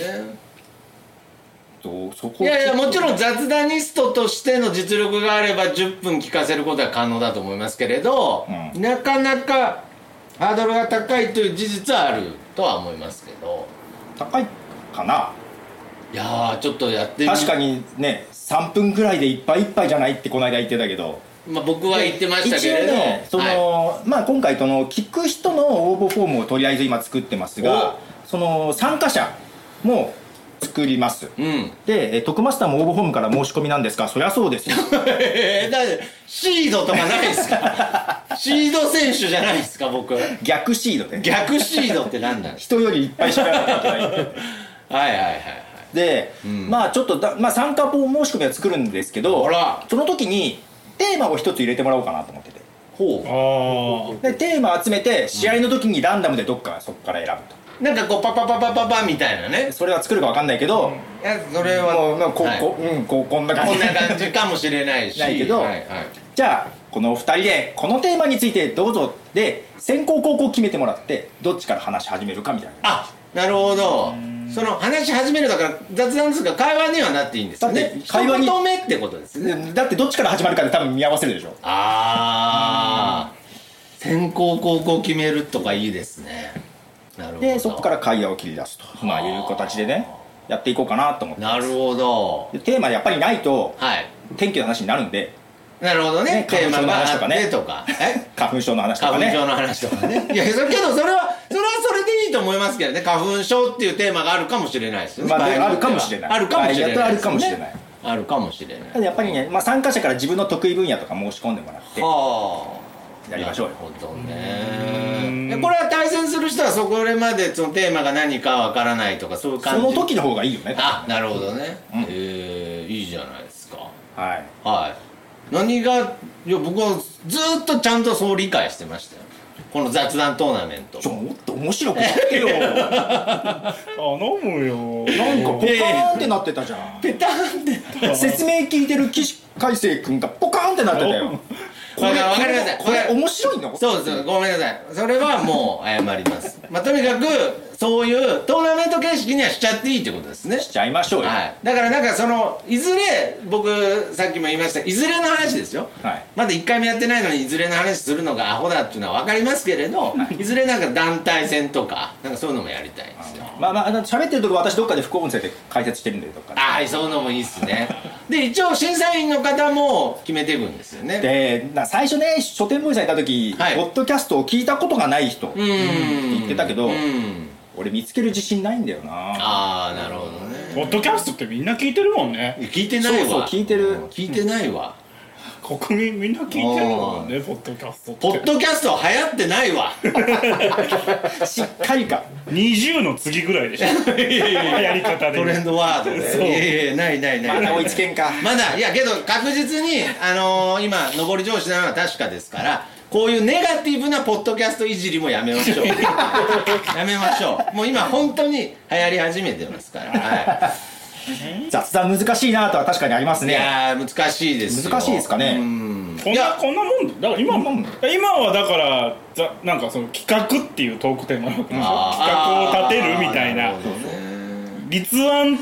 A: どうそこ
B: いやいやもちろん
A: ん
B: 雑談ニストとしての実力があれば10分聞かせることは可能だと思いますけれど、
A: う
B: なかなかハードルが高いという事実はあるとは思いますけど
A: 高いかない
B: やーちょっとやってみ
A: 確かにね3分ぐらいでいっぱいいっぱいじゃないってこの間言ってたけど
B: まあ、僕は言ってましたけ
A: 一応
B: れど、
A: ねその、
B: はい
A: まあ、今回その聞く人の応募フォームをとりあえず今作ってますがその参加者も作ります
B: うん
A: でえー徳マスターも応募フォームから申し込みなんですかそりゃそう
B: <laughs>
A: ですよ
B: えーだってシードとかないです
A: <laughs>
B: かシード選手じゃないですか僕
A: 逆シードで
B: 逆シードって何なんです
A: 人よりいっぱいしかなきゃいけない
B: かはいはいはいはい
A: で、
B: うん
A: まあちょっとだ、まあ、参加申し込みは作るんですけど
B: あら
A: その時にテーマを一つ入れてもらおうかなと思ってて
B: ほ
C: あ
A: でテーマ集めて試合の時にランダムでどっかそこから選ぶと
B: うなんかこうパパパパパパみたいなね
A: それは作るか分かんないけど、
B: いやそれは
A: もうまあこ,、
B: はい
A: こうん、こうこんな感
B: こ
A: じ
B: んな感じかもしれないし
A: ないけど
B: はいはい
A: じゃあこのお二人でこのテーマについてどうぞで先行後攻決めてもらってどっちから話し始めるかみたいな
B: あなるほどその話し始めるだから雑談ですが会話にはなっていいんですよ
A: だって
B: ね
A: 会話に
B: 一言目ってことですね
A: でだってどっちから始まるかで多分見合わせるでしょ
B: ああ先行後攻決めるとかいいですねなるほど
A: でそこから会話を切り出すとまあいう形でねやっていこうかなと思って
B: なるほど
A: でテーマやっぱりないと
B: はい
A: 天気の話になるんで
B: なるほどね
A: ね
B: テーマがあ
A: 花粉症の
B: っ
A: 話
B: てとかえ
A: 花粉症の話とか
B: 花粉
A: ね
B: 症の話とか
A: <laughs>
B: ねいやそれけどそれはそれはそれでいいと思いますけどね花粉症っていうテーマがあるかもしれないですよね
A: まあで
B: 場合
A: あ
B: によ
A: る
B: っては
A: かもしれない
B: あるかもしれな
A: 場合によっ
B: いですね
A: てはあるかもしれない
B: あるかもしれない
A: ただやっぱりね、まあ、参加者から自分の得意分野とか申し込んでもらって
B: はあ
A: やりましょうよ
B: なるほどねでこれは対戦する人はそこまでそのテーマが何かわからないとかそういう感
A: そ
B: じ
A: の時の方がいいよね
B: あなるほどね、
A: うん
B: えーいいじゃないですか
A: はい
B: はい何がいや僕はずっとちゃんとそう理解してましたよこの雑談トーナメント
A: ちょもっと面白くなって
B: <laughs>
A: よなんか
C: あ飲むよ
A: ポカーンってなってたじゃん
B: ペタンって
A: <laughs> 説明聞いてる岸海生君がポカーンってなってたよこれ
B: わかわかりました
A: これ
B: これ
A: 面白いの
B: そうですごめんなさいそれはもう謝り
A: <laughs>
B: ますまあとにかくそういうトーナメント形式にはしちゃっていいってことですね
A: しちゃいましょうよ
B: はい、だからなんかそのいずれ僕さっきも言いましたいずれの話ですよ、
A: はい
B: まだ1回もやってないのにいずれの話するのがアホだっていうのは分かりますけれど、い、ずれなんか団体戦とかなんかそういうのもやりたいんですよ
A: まあまああの喋ってるとこ私どっかで副音声で解説してるんでどっかで
B: ああそういうのもいいっすねで一応審査員の方も決めていくんですよね
A: でな最初ね書店ボーイさんいた時、
B: はい
A: ポッドキャストを聞いたことがない人、
B: うん
A: 言ってたけど
B: うん
A: 俺見つける自信ないんだよな
B: ああなるほどね
C: ポッドキャストってみんな聞いてるもんね
B: 聞いてないわ
A: そうそう聞いてる
B: 聞いてないわ、
C: 国民みんな聞いてるもんねポッドキャストって
B: ポッドキャスト流行ってな
A: <laughs>
B: いわ
A: しっかりか
C: 20の次ぐらいでしょやり方で
B: トレンドワードで
C: そう
B: いやいやないないない
A: まだ追いつけんか
B: まだいやけど確実にあのー、今上り調子なのは確かですからこういうネガティブなポッドキャストいじりもやめま
A: <laughs>
B: しょうやめましょうもう今本当に流行り始めてますから、は
A: 雑談難しいなとは確かにあります
B: い、い
A: ね
B: やー難しいですよ
A: 難しいですかね
B: うん
C: こん
B: い
C: な
B: や
C: こんなもんだだから今
A: こんなも
C: 今はだからざなんかその企画っていうトークテーマなわけでしょ企画を立てるみたい
B: あー
C: な
B: るほどね
C: 立案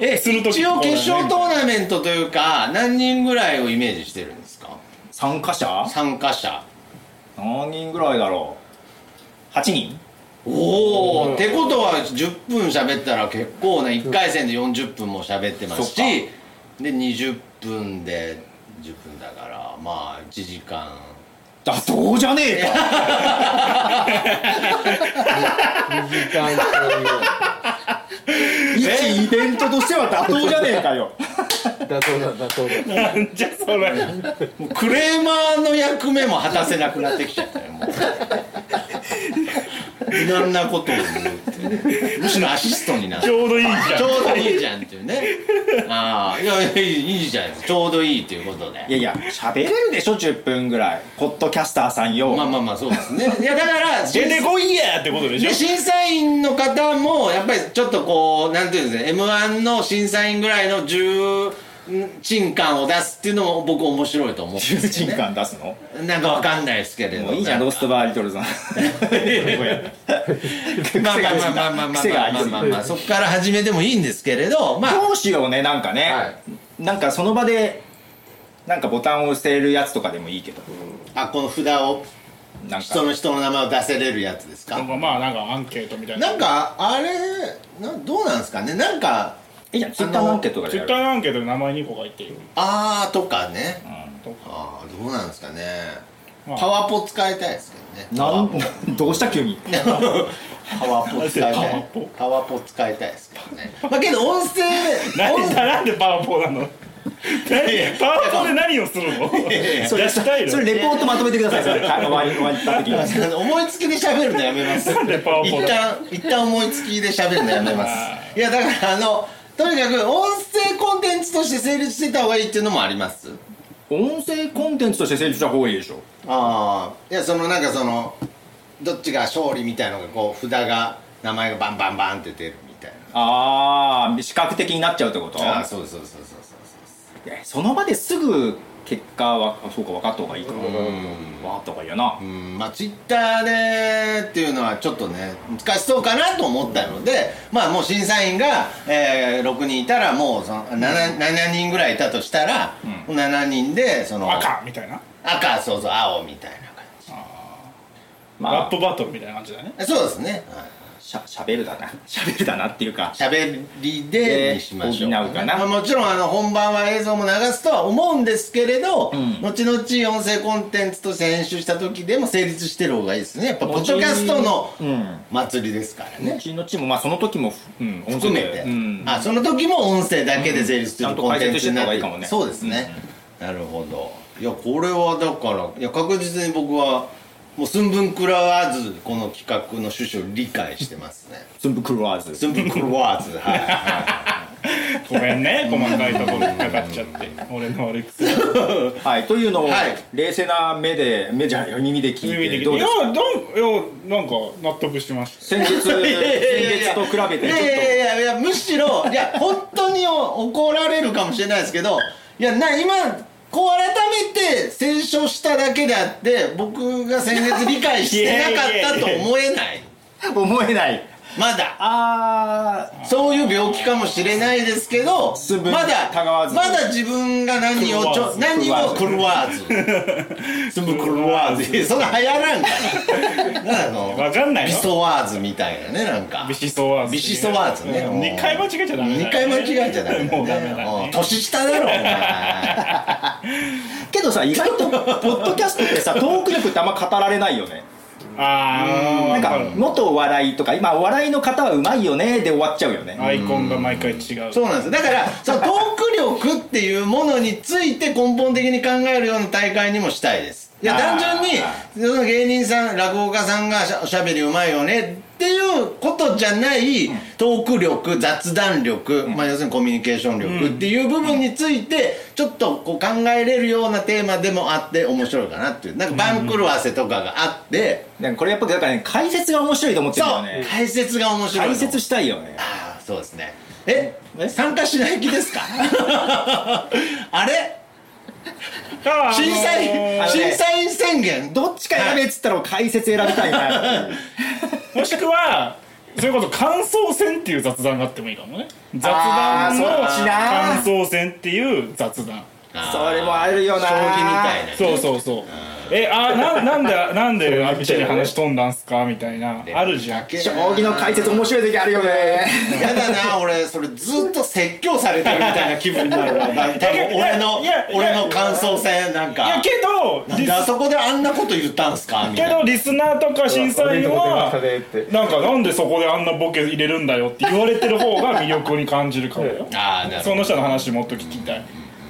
B: え
C: する時
B: 一応
C: こうだね
B: 決勝トーナメントというか何人ぐらいをイメージしてるんですか
A: 参加者
B: 参加者
A: 何人ぐらいだろう8人
B: おお、ってことは10分喋ったら結構ね1回戦で40分も喋ってますし
A: そっ
B: で20分で10分だからまあ1時間
A: だそうじゃねえか
D: 時間という
A: 一イベントとしては妥当じゃねえかよ
D: だそうだだそうだ
C: なんじゃそれ <laughs>
B: もうクレーマーの役目も果たせなくなってきちゃったよもういろんなことを言うっていうむしろアシストになって
C: ちょうどいいじゃん
B: ちょうどいいじゃんっていうねああいやいやいいじゃんちょうどいいということで
A: いやいや喋れるでしょ10分ぐらいポッドキャスターさんよ、
B: まあまあまあそうですねいやだから
C: 出てこいやってことでしょ
B: で審査員の方もやっぱりちょっとこうなんていうんですか m 1の審査員ぐらいの重鎮感を出すっていうのも僕面白いと思うんです
A: 人
B: よ、ね、
A: 感出すの
B: なんかわかんないですけれど
A: もういいじゃんローストバーリトルさん癖
B: ま
A: が
B: あまあまあまあまあまあ
A: 癖があり
B: まあ
A: すぎ
B: まあまあそこから始めてもいいんですけれどまあ
A: どうしようねなんかね、
B: はい
A: なんかその場でなんかボタンを押せるやつとかでもいいけど
B: あこの札を
A: なん
B: 人
A: か
B: の人の名前を出せれるやつです
C: な
B: か
C: んかまあなんかアンケートみたいな
B: なんかあれなどうなんですかねなんか
A: いいじゃんツイッターのアンケートとかで
C: ツイ
A: や
C: ッ
A: る
C: ターのアンケートで名前2個がいてる
B: あーとかね
C: とか
B: あーどうなんですかね
C: まあ
B: パワポ使いたいですけどね
A: なんどうした急に
B: パワポ使いたい
C: パワポ
B: パワポ使いたいですけどねまあけど音声
C: なん
B: 音
C: でなんでパワポなの何パワポで何をするの出したいの
A: それレポートまとめてくださいそれはい終わり終わった時に
B: <laughs> 思いつきで喋るのやめます
C: <laughs> なんでパワポ
B: 一旦一旦思いつきで喋るのやめま
C: あ
B: すいやだからあのとにかく音声コンテンツとして成立してた方がいいっていうのもあります
A: 音声コンテンツとして成立した方がいいでしょ
B: ああいやそのなんかそのどっちが勝利みたいのがこう札が名前がバンバンバンって出るみたい
A: ああ視覚的になっちゃうってこと
B: なああそうそうそうそうそ
A: いやその場ですぐ結果はあそうか分かった方がいいか
B: うそううん
A: 分かった方がいいよな
B: うんまあツイッターでっていうのはちょっとね難しそうかなと思ったのでまあもう審査員が、えー6人いたらもうその 7, 7人ぐらいいたとしたら、7人でその
C: 赤みたいな
B: 赤そうそう青みたいな感
A: ま
C: ラッ
A: あ
C: プバトルみたいな感じだね
B: じそうですね、はい
A: しゃしゃべるだな <laughs> しゃべるだなっていうか
B: 喋りでにしましょう,、
A: で補うかな
B: まあ、もちろんあの本番は映像も流すとは思うんですけれど、
A: ん
B: 後々音声コンテンツとして編集した時でも成立してる方がいいですねやっぱポッドキャストの
A: うん
B: 祭りですからね
A: うちのチームまあその時も、うん、音
B: 含
A: 声で
B: めて、
A: うん、
B: あその時も音声だけで成立す
A: う
B: る
A: ん
B: コン
A: ちゃん
B: テンツになって
A: と解説してた方がいいかもね
B: そうですね、なるほどいやこれはだからいや確実に僕はもう寸分食らわずこの企画の趣旨を理解してますね
A: 寸分狂わず
B: 寸分食らわずはい、はい
C: ごめんね細かいところ引っかかっちゃって俺の悪い癖
A: はいというのを、
B: はい
A: 冷静な目で目じゃない耳で聞
C: 耳
A: い
C: で
A: て
C: 聞
A: どう
C: いてい
A: で
C: や
A: すか
C: なんいやなんか納得しました
A: 先月先月と比べて
B: い
A: ちょっ
B: やいやい
A: と
B: やいやむしろいや本当にお怒られるかもしれないですけどいやな今こう改めて清書しただけであって僕が先月理解してなかったと思えない
A: 思えない
B: まだ
A: あー
B: そういう病気かもしれないですけど
A: 寸分
B: まだ
A: たがわず
B: まだ自分が何をちょ何を狂わずつぶ狂わずいやそんな流行らんからなんあの
C: わかんない
B: ビ
C: の
B: ソワーズみたいなねなんか
C: ビシソワーズ
B: ビシソワーズね
C: 2回間違えちゃダメだね
B: 2回間違えちゃダメだ
C: もうダメ
B: ね
C: だ
B: う
C: ね
B: ん年下だろお前
A: けどさ意外とポッドキャストってさトーク力ってあんま語られないよね
C: あ
A: な
C: あ
A: んか元お笑いとか今お笑いの方はうまいよねで終わっちゃうよね
C: アイコンが毎回違う
B: そうなんですよだからそのトーク力っていうものについて根本的に考えるような大会にもしたいですいや
A: あー
B: 単純にその芸人さん落語家さんがしゃおしゃべりうまいよねっていうことじゃないトーク力雑談力、まあ、要するにコミュニケーション力っていう部分についてちょっとこう考えれるようなテーマでもあって面白いかなっていうなんか番狂わせとかがあって、
A: なんかこれやっぱだからね解説が面白いと思ってるんだよ
B: そう
A: ね
B: 解説が面白い
A: 解
B: の
A: 説したいよね
B: ああそうですねえ
A: え
B: 参加しない気ですか <laughs> あれ
C: あー
B: 審査員、
C: あのー
B: 審査員宣言
A: どっちか選べっつったら解説選びたい
B: <laughs>
A: なっていう
C: もしくはそれこそ感想戦っていう雑談があってもいいかもね雑
A: あー
C: 談の
A: そっちな
C: 感想戦っていう雑談
A: それもあるよな
B: 将棋みたいな
C: そうそうそうえあななんでなんであっちに話飛んだんすかみたいなあるじゃん
A: 将棋の解説面白い時あるよ
B: <laughs>
A: ね
B: やだな俺それずっと説教されてるみたいな気分になる
C: <laughs>
B: わなんか多分俺の
C: いやいや
B: 俺の感想戦なん
C: いや
B: か
C: けど
B: なん
C: リ
B: であ
C: ス
B: そこであんなこと言ったんすかみた
C: け
B: いな
C: どリスナーとか審査員はなんかなんでそこであんなボケ入れるんだよって言われてる方が魅力に感じるから
B: <laughs>
C: よ
B: ああなる
C: そ
B: ほ
C: の人の話もっと聞きたい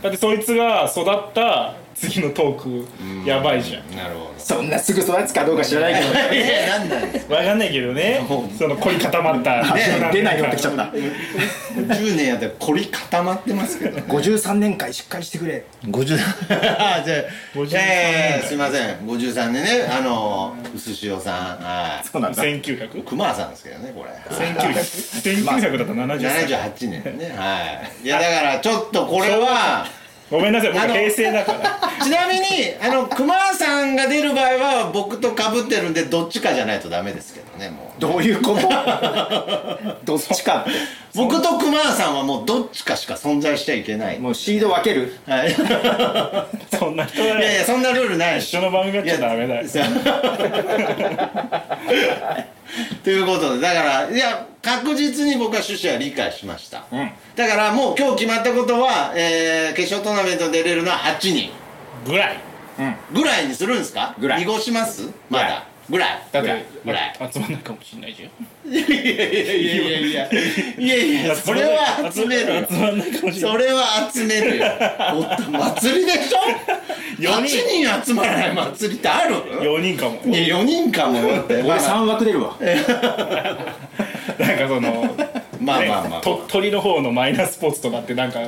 C: だってそいつが育った次のトークやばいじゃん
B: どなるほ
A: そんなすぐ育つかどうか知らないけど
B: どい <laughs> やいやなんだよ
C: わかんないけどねその凝り固まった
A: <laughs> 出ないようになってきちゃった
B: 10年やって凝り固まってますけど
A: 53年間しっかりしてくれ
B: 50あ <laughs> じゃあ
C: 53
B: いやいやいやすいません53でねあの薄塩さんはい
A: そうなんだ
C: 1900?1900
B: 熊さんですけどねこれ
C: 1900だったら70歳
B: 78年ねはいいやだからちょっとこれは
C: ごめんなさい僕
B: あの
C: 平成だから
B: ちなみにあの熊さんが出る場合は僕と被ってるんでどっちかじゃないとダメですけどねもう
A: どういうこと
B: <laughs>
A: どっちかって
B: 僕と熊さんはもうどっちかしか存在しちゃいけない
A: もうシード分ける
B: はいい
C: そんな人は
B: やいやそんなルールない
C: 一緒の番組やっちゃダメだよ
B: いや <laughs> ということでだからいや確実に僕は趣旨は理解しました、
C: ん
B: だからもう今日決まったことは、えー決勝トーナメント出れるのは8人
C: ぐらい
B: ぐらいにするんですか
A: ぐらい
B: 濁しますまだぐらい
C: だっ
B: ぐらい
C: て
B: ぐらい
C: 集まんないかもしれないじゃん
B: いやいやいやいやいやいやいやそれは集めるよ
C: 集まんないかもしれ
B: そ
C: ない
B: れは集めるよおっと祭りでしょ
C: <laughs> 四
B: 8
C: 人
B: 人集まらない祭りってある
C: 4人かも
B: いや4人かもよってま
A: 俺
B: あまあ
A: 3枠出るわ
C: なんかその
B: まあ
C: ね
B: まあまあ
C: 鳥取の方のマイナースポーツとかってなんか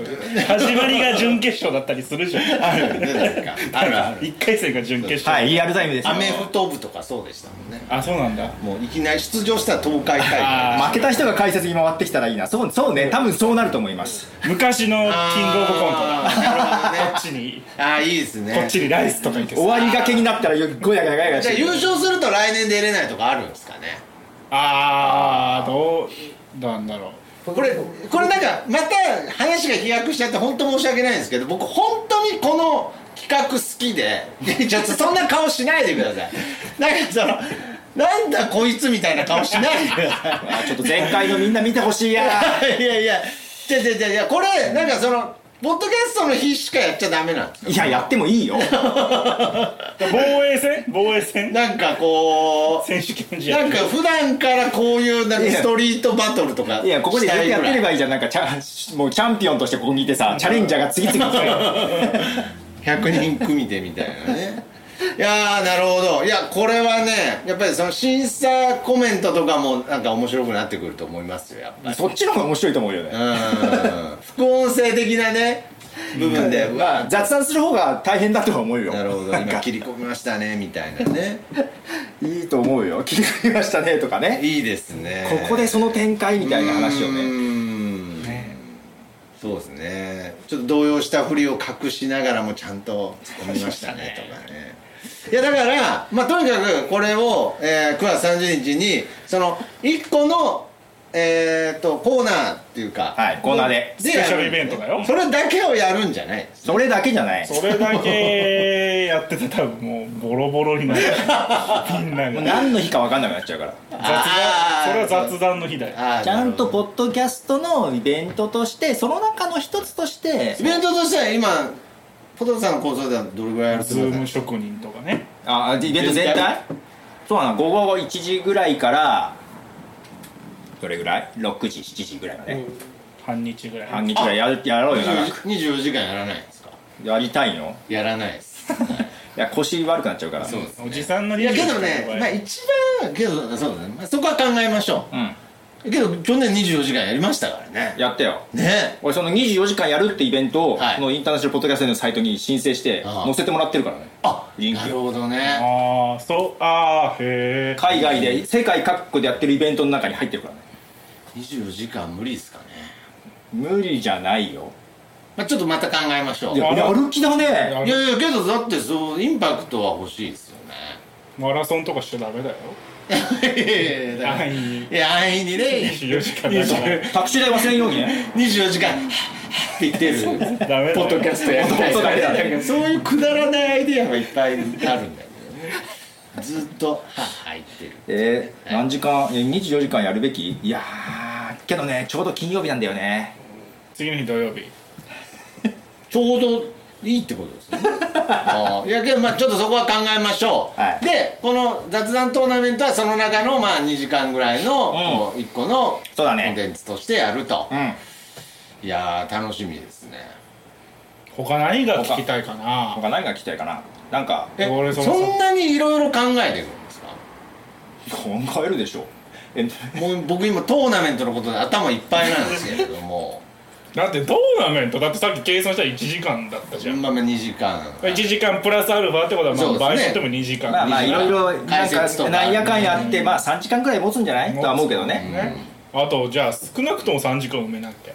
C: 始まりが準決勝だったりするじゃん
B: あるよねなんかあるある
C: 1回戦が準決勝
A: はいリアルタイムです
B: アメフト部とかそうでしたもんね
C: あそうなんだ
B: もういきなり出場したら東海大
C: あ
A: 負けた人が解説に回ってきたらいいなそうそうね多分そうなると思います
C: 昔のキングオブコントだ
B: あーなるほどね
C: こっちに
B: 会ああいいですね
C: こっちにライスとかいてさ
A: 終わりがけになったらよごやがやがやがや
B: じゃあ
A: して
B: 優勝すると来年出れないとかあるんですかね
C: ああどうなんだろう
B: これこれなんかまた話が飛躍しちゃって本当申し訳ないんですけど僕本当にこの企画好きで <laughs> ちょっとそんな顔しないでくださいなんかそのなんだこいつみたいな顔しないでくださ
A: <laughs> あちょっと前回のみんな見てほしいや
B: いいやいやじゃじゃじゃいやこれなんかそのポッドキャストの日しかやっちゃダメなんですよ
A: いややってもいいよ
C: 防衛戦防衛戦
B: なんかこ
C: 選手権
B: う
C: 試合
B: なんか普段からこういうなん
A: い
B: か
A: や
B: ストリートバトルとか
A: いやここで
B: し
A: ずったと
B: い
A: やっ
B: ぐら
A: て
B: い
A: ればいいじゃんなんかチャもうチャンピオンとしてここにいてさチャレンジャーが次々来て
B: 100人組でみたいなね <laughs> いやーなるほどいやこれはねやっぱりその審査コメントとかもなんか面白くなってくると思いますよやっぱり
A: そっちの方が面白いと思うよね
B: うーん副音声的なね部分
A: <laughs>
B: でうわ
A: 雑談する方が大変だとは思うよ
B: なるほど
A: なん
B: 今
A: か
B: 切り込みましたねみたいなね
A: いいと思うよ切り替えましたねとかね
B: いいですね
A: ここでその展開みたいな話を
B: う
A: ね
B: ーんそうですねちょっと動揺したふりを隠しながらもちゃんと突っ込みました
A: <laughs>
B: ねとかねいやだから、まあ、とにかくこれを、えー9月30日にその1個の、えー、とコーナーっていうか、
A: はいコーナーで
B: ス
C: スペシャルイベントだよ
B: それだけをやるんじゃない
A: それだけじゃない
C: それだけやってたら多分もうボロボロになるみんな
A: もう
C: が
A: 何の日か分かんなくなっちゃうから
B: 雑
C: 雑談それは雑談の日だよ
A: ちゃんとポッドキャストのイベントとしてその中の一つとして
B: イベントとしては今ポトフさんの構想ではどれぐらいやるんです
C: ズ
B: か
C: ーム職人とかね
A: あイベント全
B: 全
A: 体
B: 体
A: そうなの午後1時ぐらいからどれぐらい ?6 時7時ぐらいまで、
C: 半日ぐらい
A: 半日ぐらいやるやろうよ長く
B: 24時間やらないんですか
A: やりたいの
B: やらないです
A: いや腰悪くなっちゃうから
B: そうですね
C: おじさんの
B: い
C: リ
B: やけどね、まあ、一番けどそうだね、まあ、そこは考えましょ
A: うん
B: うけど去年24時間やりましたからね
A: やってよ
B: ね
A: 俺その24時間やるってイベントを、
B: はい
A: このインターナショナルポッドキャストのサイトに申請して
B: ああ
A: 載せてもらってるからね
B: あ
A: リンク
B: なるほどね
C: ああそうああへえ
A: 海外で世界各国でやってるイベントの中に入ってるからね
B: 24時間無理ですかね、
A: 無理じゃないよ
B: まあ、ちょっとまた考えましょう
A: い
B: いや
A: や
C: あら
A: やる気だね
B: いやけどだってそうインパクトは欲しいですよね
C: マラソンとかしちゃダメだよ
B: いやいや
C: 安易
B: い
C: に
B: やいや安易にね
C: 24時間だから
A: タクシー代忘れんようにね
B: 24時間って言ってる
C: ダメだよ
B: ポッドキャストやりたいとか
A: 本
B: ね
A: 当だ
B: なんかそういうくだらないアイデアがいっぱいあるんだよねずっと「はっは」言ってる
A: えー、何時間え24時間やるべきいやーけどねちょうど金曜日なんだよね
C: 次の日土曜日
B: ちょうどいいってことですねあーいやけどまあちょっとそこは考えましょう、
A: はい
B: でこの雑談トーナメントはその中のまあ2時間ぐらいの
A: うん
B: こう1個の
A: そうだ
B: コン
A: ね
B: テンツとしてやると、
A: うん
B: いやー楽しみですね
C: 他何が聞きたいかな
A: 他何が聞きたいかななんか
B: え
C: 俺
B: そ
C: そもそも
B: んなにいろいろ考えてるんですか
A: 考えるでしょ
B: <laughs>
A: え
B: もう僕今トーナメントのことで頭いっぱいなんですけれども
C: だってトーナメントだってさっき計算したら1時間だったじゃん
B: 順番が2時間
C: 1時間プラスアルファってことはま
B: そう
C: あ
B: ですね
C: 倍しても2時間、
A: まあまあいろいろなん
B: 解説と
A: か
B: か
A: なんやかんやってまあ3時間くらい持つんじゃないとは思うけどね
C: ねあとじゃあ少なくとも3時間埋めなきゃ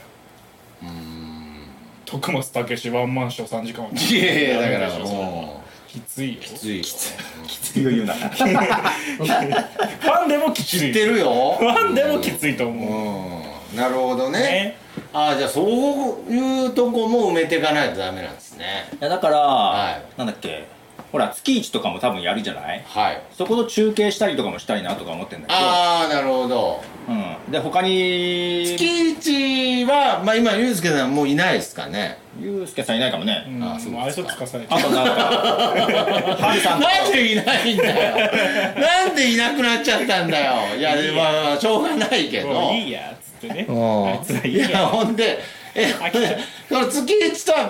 C: 徳松武志ワンマンショー3時間は
B: いやいやだ
C: ダ
B: から
C: メでしょそれは
B: も
C: きついよ
B: うきついよ
A: きついよ言う
B: <laughs>
A: な
C: ファンでもきつ
B: 知っ
C: い
B: て
C: フ
B: るよ
C: ァンでもきついと思う、
B: うんなるほどね
C: ね
B: ああじゃあそういうとこも埋めていかないとダメなんですね
A: いやだから、
B: い
A: なんだっけほら月1とかも多分やるじゃない
B: はい
A: そこと中継したりとかもしたいなとか思ってんだけ
B: ああなるほど
A: ど、うん、で他に
B: 月一はまあ今ユースケさんもういないですかね
A: ゆうすけさんいないかも
C: う
A: ね、
C: ん、
B: あそう
C: もう
B: で
C: 愛
B: す
C: 想
B: か
C: つかされて
A: あと
B: <laughs>
A: なんかハルさんとか
B: なんでいないんだよ <laughs> なんでいなくなっちゃったんだよいやでもまあまあしょうがないけど
C: もういいやっつってねあいつら
B: う
C: い
B: ん
C: い
B: い
C: や
B: やほんでえ <laughs>
C: 飽きた
B: その月一とは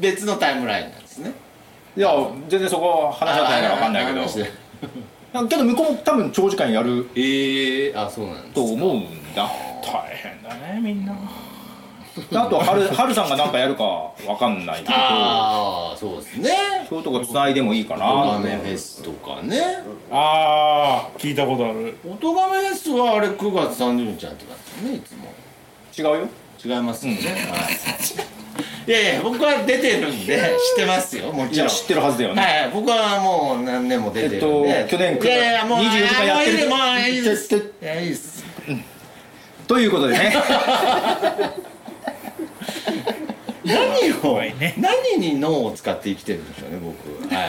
B: 別のタイムラインなんですね
A: いや全然そこ話し合ってないから分かんないけ
B: ああ話
A: ど
B: で
A: なんかけど向こうも多分長時間やる
B: ええあそうなんです
A: と思うん
B: <laughs>
A: だ
C: 大変だねみんな
A: であとはるはるさんが何かやるか分かんないけど
B: ああそうですね
A: そういうとこつないでもいいか
B: トー
A: な
B: ナメンフェスとかね
C: ああ聞いたことある
B: おとがめですはあれ9月30日なんて感じねいつも
A: 違うよ
B: 違いますよね、はいいやいや僕は出てるん
A: <laughs>
B: で知ってますよも
A: い
B: ちろ
A: や
B: ん
A: 知ってるはずだよね
B: はい僕はもう何年も出てるんで、
A: えっと去年
B: いやいやもう
A: 24時間やってる
B: あもういいですもういいですいやいいです
A: ということでね
B: 何を、
C: 怖いね
B: 何に脳を使って生きてるんでしょうね僕はい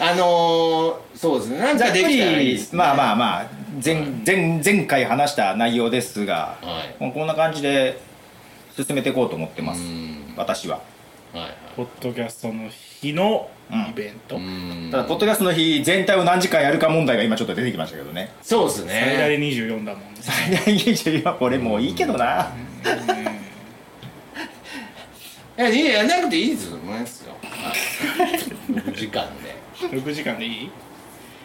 B: あのー、そうですねなん
A: ざ
B: か
A: っく
B: <laughs> できたらいいで
A: り
B: すね
A: まあまあまあ前前前回話した内容ですが
B: はい
A: こんな感じで進めていこうと思ってます
B: うん
A: 私は
B: はいはい
C: ポッドキャストの日のイベント、
B: うん
A: ただポッドキャストの日全体を何時間やるか問題が今ちょっと出てきましたけどね
B: そうです
C: 最大
B: ね
C: 24だもんね
A: 最大24はこれもういいけどな、
B: いやいややんなくていいですよもういいですよ、はい、6時間で
C: 6時間でいい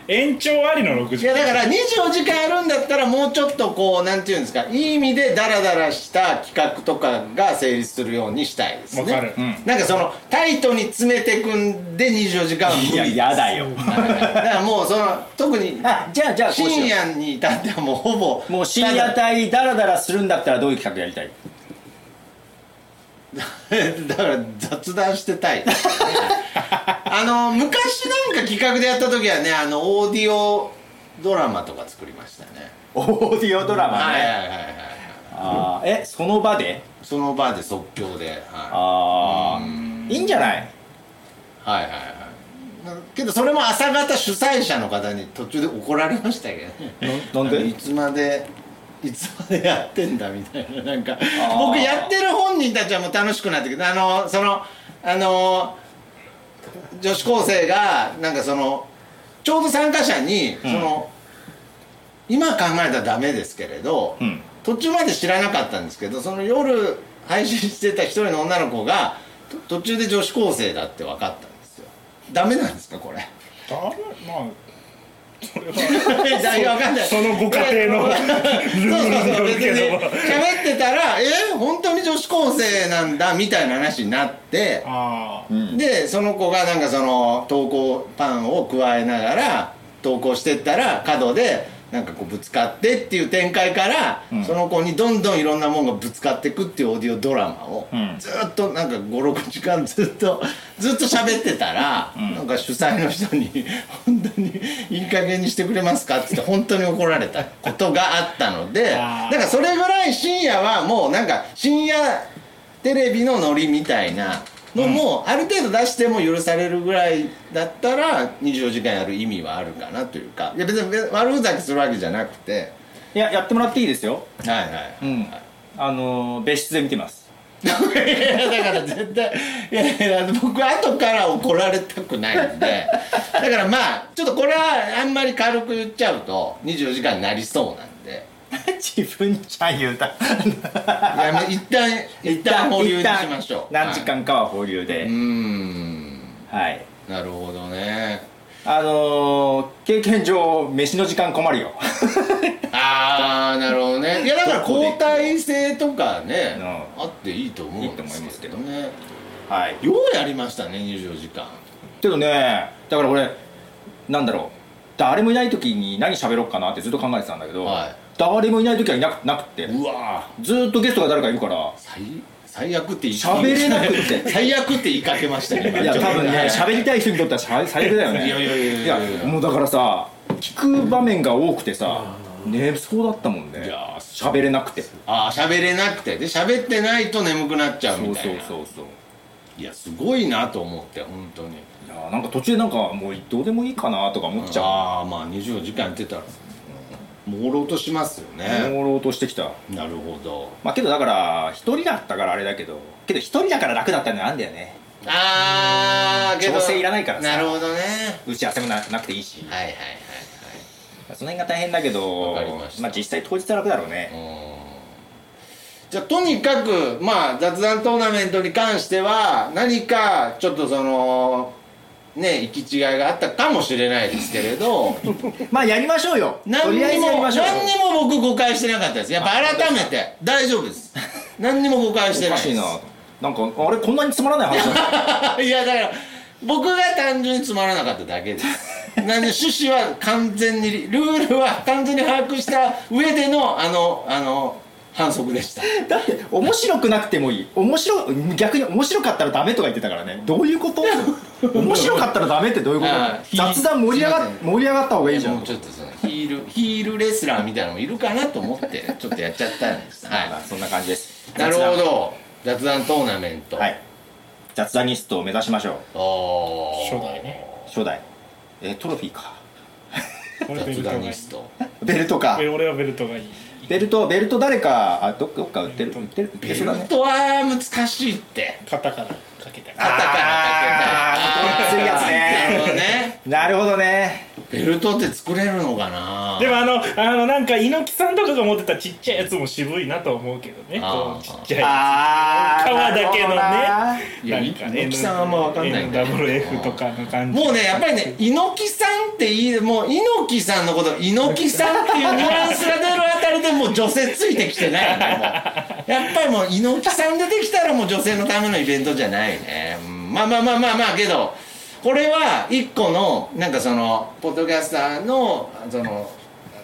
C: 延長ありの6
B: い
C: 時
B: やだ
C: 間
B: から24時間やるんだったらもうちょっとこうなんていうんですかいい意味でダラダラした企画とかが成立するようにしたいですね
C: わかるうん
B: なんかそのタイトに詰めてくんで24時間は無理
A: いややだよ
B: はいだからもうその特に
A: あじゃあじゃあこうし
B: 深
A: よ
B: 夜に至ってはもうほぼ
A: うもう深夜
B: ただ
A: 帯ダラダラするんだったらどういう企画やりたい
B: <laughs> だから雑談してたい、 <laughs> あの昔なんか企画でやった時はねあのオーディオドラマとか作りましたね
A: オーディオドラマ
B: はい
A: ね、
B: はいはいはい
A: あーえその場で
B: その場で即興で、
A: あ
B: は
A: あいいんじゃない
B: い、はいはいはいなけどそれも朝方主催者の方に途中で怒られましたけどね
A: ななんで
B: いつまでいつまでやってんだみたいななんか
A: あー
B: 僕やってる本人たちはもう楽しくなってきてあのそのあの女子高生がなんかそのちょうど参加者に、その今考えたらダメですけれど、
A: うん
B: 途中まで知らなかったんですけどその夜配信してた一人の女の子がと途中で女子高生だって分かったんですよダメなんですかこれ <laughs>
C: だまあそれは
B: いやいや分かんない
C: そのご家庭の <laughs> ル
B: そうそう
C: ールに
B: そ
C: よ
B: う
C: る
B: 別
C: け
B: に
C: ど
B: 喋ってたら「え本当に女子高生なんだ」みたいな話になって
C: ああ
B: でその子がなんかその投稿パンを加えながら投稿してったら角でなんかこうぶつかってっていう展開から、その子にどんどんいろんなもんがぶつかってくっていうオーディオドラマを、
A: ん
B: ずっとなんか56時間ずっと <laughs> ずっと喋ってたら、なんか主催の人に <laughs> 「本当にいい加減にしてくれますか?」って言って本当に怒られたことがあったのでだ
C: あー
B: からそれぐらい深夜はもうなんか深夜テレビのノリみたいなのも、ある程度出しても許されるぐらいだったら24時間やる意味はあるかなというかいや別に別に悪ふざけするわけじゃなくて
A: いややってもらっていいですよ
B: はいはい、
A: うんあのー別室で見てます
B: いやだから絶対いやいや僕後から怒られたくないんでだからまあちょっとこれはあんまり軽く言っちゃうと24時間になりそうなんで
A: 自分じゃん言うた
B: やめ一旦一旦保留にしましょう
A: 何時間かは保留
B: は
A: で
B: いうー、ん
A: はい
B: なるほどね
A: あのー経験上飯の時間困るよ
B: ああなるほどねいやだから
A: どこで行くの
B: 交代制とかね
A: うん
B: あっていいと思うんですけどね
A: はい
B: ようやりましたね24時間
A: けどねだから俺なんだろう誰もいない時に何喋ろうかなってずっと考えてたんだけど、
B: はい
A: 誰もいない時はいなくなくて
B: うわー
A: ずーっとゲストが誰かいるから
B: 最最悪って言い
A: 喋れなくって
B: <laughs> 最悪って言いかけましたね今
A: いや多分ね
B: ちょっと
A: 喋りたい人にとってはしゃ最悪だよね
B: いやいやいやいやいや
A: もうだからさ聞く場面が多くてさ寝そうだったもんね
B: いや
A: 喋れなくてそ
B: ああ喋れなくてで喋ってないと眠くなっちゃう
A: う
B: みたい
A: そ
B: な
A: うそうそう
B: いやすごいなと思って本当に
A: いやなんか途中でなんかもうどうでもいいかなとか思っちゃ
B: ああまあ24時間やってたら朦朧としますよ
A: う
B: ね
A: 朦朧としてきた
B: なるほど
A: まあけどだから一人だったからあれだけどけど一人だから楽だったのあんだよね
B: ああけど
A: 調整いらないからさ
B: なるほどね
A: 打ち合わせもななくていいし
B: はいはい
A: その辺が大変だけど
B: わかりました
A: あ実際当日は楽だろう
B: <laughs>
A: ね、
B: はいはいうんじゃあとにかくまあ雑談トーナメントに関しては何かちょっとそのね行き違いがあったかもしれないですけれ
A: <laughs>
B: ど
A: まあやりましょうよと
B: 何に
A: りあえずやり
B: も
A: ましょうよ
B: 何にも僕誤解してなかったですやっぱ改めて大丈夫です何にも誤解して
A: お
B: な
A: か
B: いです
A: しいななんかあれこんなにつまらない話だった
B: い <laughs> やだから僕が単純につまらなかっただけ
C: <laughs>
B: ですなんで趣旨は完全にルールは完全に把握した上でのあのあの反則でした
A: だって面白くなくてもいい面白逆に面白かったらダメとか言ってたからねどういうこと面白かったらダメってどういうこ
B: あ
A: と雑談盛り上が
B: すいません
A: 盛り上がった方がいいじゃん
B: もうちょっとそのヒールヒールレスラーみたいなのもいるかなと思ってちょっとやっちゃったんです
A: ま
B: は
A: あそんな感じです
B: いなるほど雑談トーナメント
A: 雑談はい雑談ニストを目指しましょう
B: おー
C: 初代ね
A: 初代えートロフィーか
C: 俺ベル
B: 雑
C: トが
B: 談
C: いい
B: ニスト
A: ベルトか
C: え俺はベルトがいい
A: ベルトベルト誰かあどっかどっか売ってる売ってる売って
B: ベ
A: る
B: ル
A: だね
B: トは難しいって
C: 肩からかけた
B: あった
A: あー
B: か
A: 熱いやつね
B: なるほ
A: なるほ
B: どね
A: どね
B: ベルトって作れるのかな
C: でもあのあのなんか猪木さんとかが持ってたちっちゃいやつも渋いなとは思うけどね
B: あー
C: こうちっちゃい
A: あー
C: 川だけのね
A: なる
B: いや
C: なんか
B: 猪木さんはあんまわかんないんだよね
C: NWF とかの感じ
B: もうねやっぱりね猪木さんっていいもう猪木さんのこと猪木さんっていうニュアンスが出るあたりでもう女性ついてきてないよねもうやっぱりもう猪木さん出てきたらもう女性のためのイベントじゃないね、うんまあまあまあまあまあけどこれは一個のなんかそのポッドキャスターのその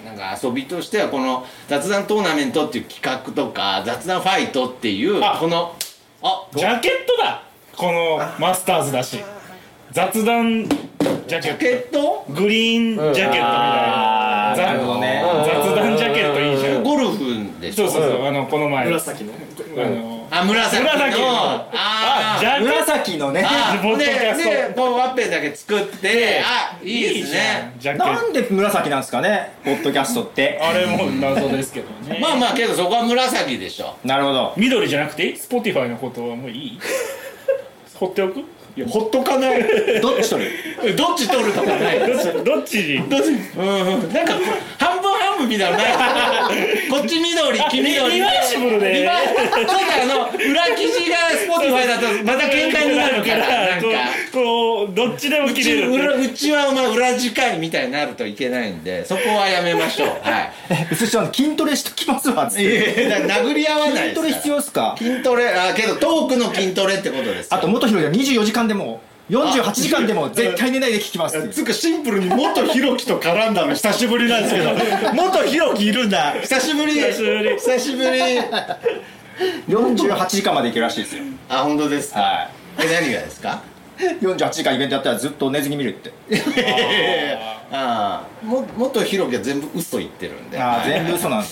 B: なんか遊びとしてはこの雑談トーナメントっていう企画とか雑談ファイトっていう
C: あ
B: このあ
C: ジャケットだこのマスターズだし雑談ジャ
B: ジャ
C: ケッ
B: ケット
C: トグリーンジャケットみたいな、
A: あー
C: ざ
A: なるほどね
C: 雑談ジャケットいいじゃん
B: ゴルフでし
C: そ
B: ょ
C: うそうそう、あのこの前あ
D: 紫の
C: の
B: あ、紫の。
C: 紫の
B: あ
C: あ
B: あ
C: ジャ
A: ほど
C: ケット
A: 紫のね
C: <laughs>
B: あ
C: ボッドキャ
B: で、
C: スト
B: で、こうワッペンだけ作って、あ、いいです
C: じゃ
B: ね
C: ん。ジャケッ
A: な
C: ト
A: んで紫なんですかねポッドキャストって
C: あれも謎ですけどね
B: まあまあけどそこは紫でしょ。
A: なるほど
C: 緑じゃなくてスポティファイのことはもう <laughs> いい放っておく
B: いや、ほっとかない。ど
A: どっち取る <laughs>
B: っち取るとか <laughs> ない。
C: ど
B: ど
C: っ
B: っち
C: ちどっちに
B: うん、なんか半分半分みたいなの
C: <laughs>
B: ない。こっち緑、黄緑。
C: リバーシブルで
B: リバーそうだ、あの裏生地がスポティファイだとまた喧嘩になるから、な
C: <laughs>
B: んか。
C: こうこうどっちでも
B: う
C: 切
B: ち
C: れるって
B: 裏うちはお前裏次回みたいになるといけないんでそこはやめましょうは
A: うつしさん筋トレしときますわっつっ
B: い
A: て
B: だから殴り合わな
A: 筋
B: いです
A: ト
B: から
A: レ必要っすか
B: 筋トレあけどトークの筋トレってことですよ
A: あと元広が24時間でも48時間でも絶対寝ないで聞きますっていう
B: つうかシンプルに元ひろきと絡んだの久しぶりなんですけど <laughs> 元ひろきいるんだ久しぶり
C: 久しぶり
B: 久しぶり
A: 48時間までいけるらしいですよ
B: <laughs> あ本当ですか
A: は
B: え何がですか
A: 48時間イベントやったらずっと寝ずに見るって
B: ああももっと広きは全部嘘言ってるんで
A: ああ
B: はい
A: 全部嘘なん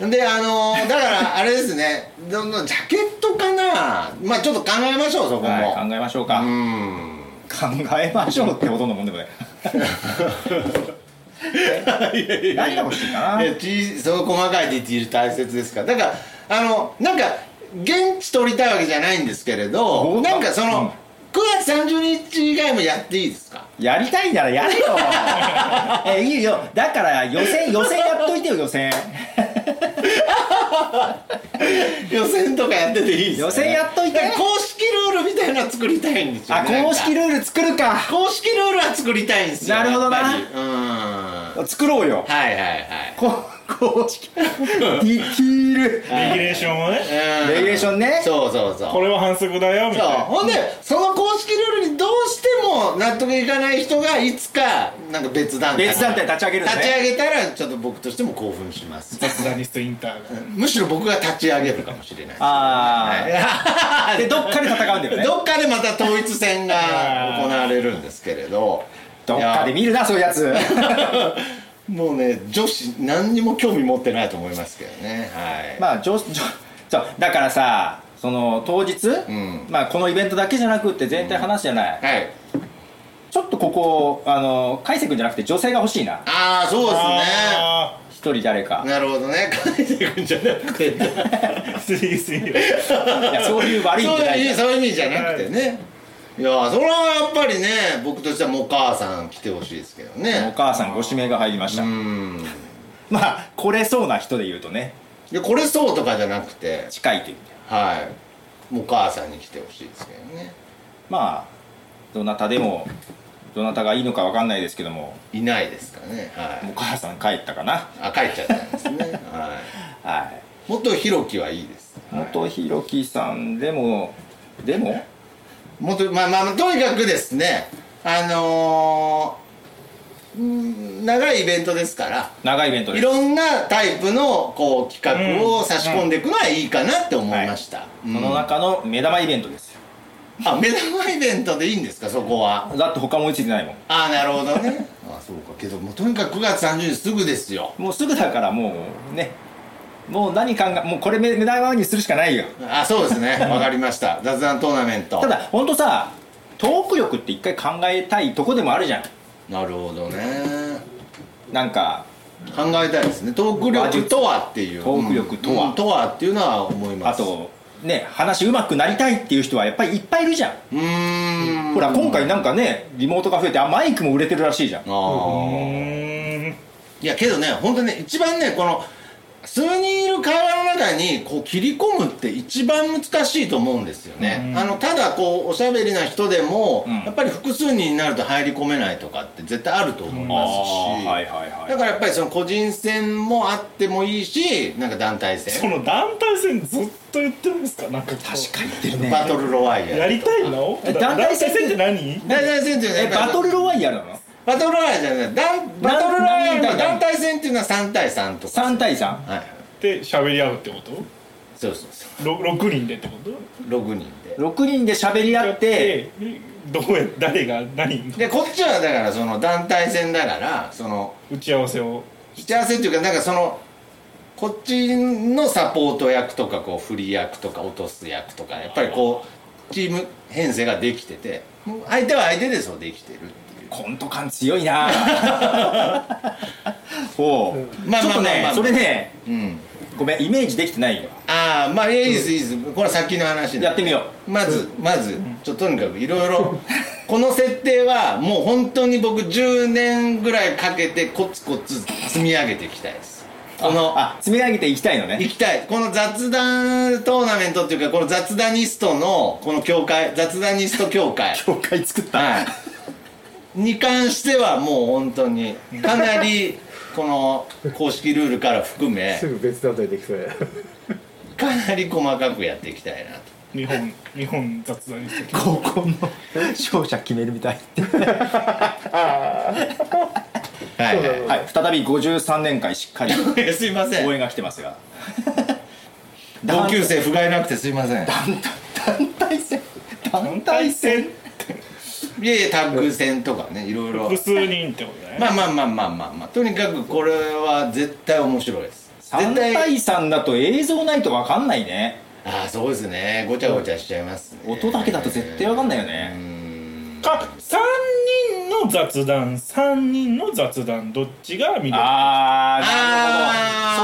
A: だ
B: であのーだからあれですね <laughs> どんどんジャケットかなまあちょっと考えましょうそこも、
A: はい考えましょうか、
B: うん <laughs>
A: 考えましょうってほとんどもんでもね何が欲しいかない
B: やちそう細かいディティール大切ですからだからあのなんか現地撮りたいわけじゃないんですけれど
A: お
B: なんかその、
A: うん
B: 9月30日以外もやっていいですか
A: やりたいなら
B: <laughs>
A: やれよえいいよだから予選予選やっといてよ予選
B: 予選とかやってていいですか、
A: 予選やっといて
B: だから公式ルールみたいなの作りたいんですよ、
A: あ公式
B: ル
A: ルール作るか
B: 公式ルールは作りたいんですよ
A: なるほどな
B: やっぱりうん
A: 作ろうよ
B: はいはいはい
A: こ公
B: <laughs>
A: 式ディティール
C: レギュレーションをね
B: うん
A: レギュレーションね
B: そうそうそう
C: これは反則だよみ
B: そう
C: たいな
B: ほんでその公式ルールにどうしても納得いかない人がいつかなんか別団体
A: 別団体立ち上げるんですね
B: 立ち上げたらちょっと僕としても興奮します
C: 雑談ニストインターが
B: むしろ僕が立ち上げるかもしれない
A: ああでどっかで戦うんだよね
B: どっかでまた統一戦が行われるんですけれど
A: どっかで見るなそういうや
B: <laughs>
A: つ
B: もうね女子何にも興味持ってないと思いますけどねはい、
A: まあ上司上そうだからさその当日、
B: ん
A: まあ、このイベントだけじゃなくって全体話じゃない、
B: はい
A: ちょっとここあの海星君じゃなくて女性が欲しいな
B: ああそうですね
C: あ
A: 一人誰
B: <laughs>
A: か
B: なるほどね帰ってくんじゃなくて
C: あすぎすぎる
A: いやそういう悪いん
B: そう
A: じゃない
B: い
A: か
B: うそういう意味じゃなくてね、い、やそれはやっぱりね僕としてはもうお母さん来てほしいですけど
A: お
B: ね
A: 母さんご指名が入りました
B: うん
A: まあ来れそうな人で言うとね
B: でこれそうとかじゃなくて
A: 近いという意味で
B: はいもうお母さんに来てほしいですけどね
A: まあどなたでもどなたがいいのかわかんないですけども
B: いないですかねは
A: お
B: い
A: 母さん帰ったかな
B: あ帰っちゃったんですねは
A: はい
B: いもっと広きはいいです
A: 元ひろきさんでもでも
B: もっとまあまあとにかくですねあのーうん長いイベントですから
A: 長いイベントで
B: い
A: す
B: ろんなタイプのこう企画を差し込んでいくのはいいかなって思いました、うん
A: その中の目玉イベントですよ
B: あ目玉イベントでいいんですかそこは
A: だって他も追いついてないもん
B: ああなるほどねあそうかけどもうとにかく9月30日すぐですよ
A: もうすぐだからもうねもう何考えもうこれ目目玉にするしかないよ
B: あそうですねわかりました雑談トーナメント
A: ただ本当さトーク力って一回考えたいとこでもあるじゃん
B: なるほどね
A: なんか
B: 考えたいですねトーク
A: 話
B: 力
A: 術
B: とはっていう
A: トーク力とは
B: うんとはっていうのは思いま
A: あ
B: す
A: とね話うまくなりたいっていう人はやっぱりいっぱいいるじゃん
B: うーん
A: ほら今回なんかねリモートが増えてあマイクも売れてるらしいじゃん
B: あ
C: う
B: ー
C: ーん
B: いやけどね本当ね一番ねこの数人いる会話の中にこう切り込むって一番難しいと思うんですよね、あのただこうおしゃべりな人でも、
A: うん
B: やっぱり複数人になると入り込めないとかって絶対あると思いますし、
A: はいはいはい
B: だからやっぱりその個人戦もあってもいいしなんか団体
C: そ
B: 戦
C: の団体戦ずっと言ってるんですかなんか確
A: 確かに言ってるね
B: バトルロワイヤル
C: やりたいの
A: え
C: 団
A: 団
C: 体
A: 体
C: 戦
A: 戦
C: って何
B: 団体戦っていうのは
A: え
B: やっぱり
A: バトルロワイヤルなの
B: バトルロワイヤルじゃない団バトルロワイヤルの団体戦っていうのは3対3とか
A: 3対3
B: はい
C: で喋り合うってこと
B: そうそうそ
C: ろ6人でってこと
B: う6人で
A: 6人で喋り合って
C: どこへ誰が何の
B: でこっちはだからその団体戦だからその
C: 打ち合わせを
B: 打ち合わせっていうかなんかそのこっちのサポート役とかこう振り役とか落とす役とかやっぱりこうチーム編成ができててもう相手は相手でそうできてるっていう
A: コント感強い
B: <laughs>
A: なおう
B: まあ
A: ちょっと
B: まあまあま
A: ね
B: あ
A: それね
B: うん
A: ごめんイメージできてないよ
B: ああまあいいですいいですこれは先の話なんで
A: やってみよ
B: まずまずちょっととにかくいろいろこの設定はもう本当に僕10年ぐらいかけてコツコツ積み上げていきたいですこの
A: あ積み上げていきたいのね
B: 行きたいこ <laughs> の雑談トーナメントっていうかこの雑談ニストのこの協会雑談ニスト
A: <laughs>
B: 協会
A: 教会作った
B: はいに関してはもう本当にかなりこの公式ルールから含め
D: すぐ別団体できそうや
B: かなり細かくやっていきたいなと
C: 日本日本雑談にして
A: 合コンの勝者決めるみたいって
B: はい、は
A: <laughs> はい再び53年会しっかり
B: <laughs> い、すいませ
A: 応
B: ん
A: 援が来てますが
B: 同級生不甲斐なくてすいませ
A: 団
B: ん
A: 体団体戦団体戦
B: いやいやタッグ戦とかねいろいろ
C: 複数人ってことね、
B: まあまあまあまあまあまあとにかくこれは絶対面白いです絶
A: 3対3だと映像ないと分かんないね
B: ああそうですねごちゃごちゃしちゃいますね、
A: 音だけだと絶対分かんないよ
B: う
A: ね
B: ん
C: か3人の雑談3人の雑談どっちが見れる
A: あ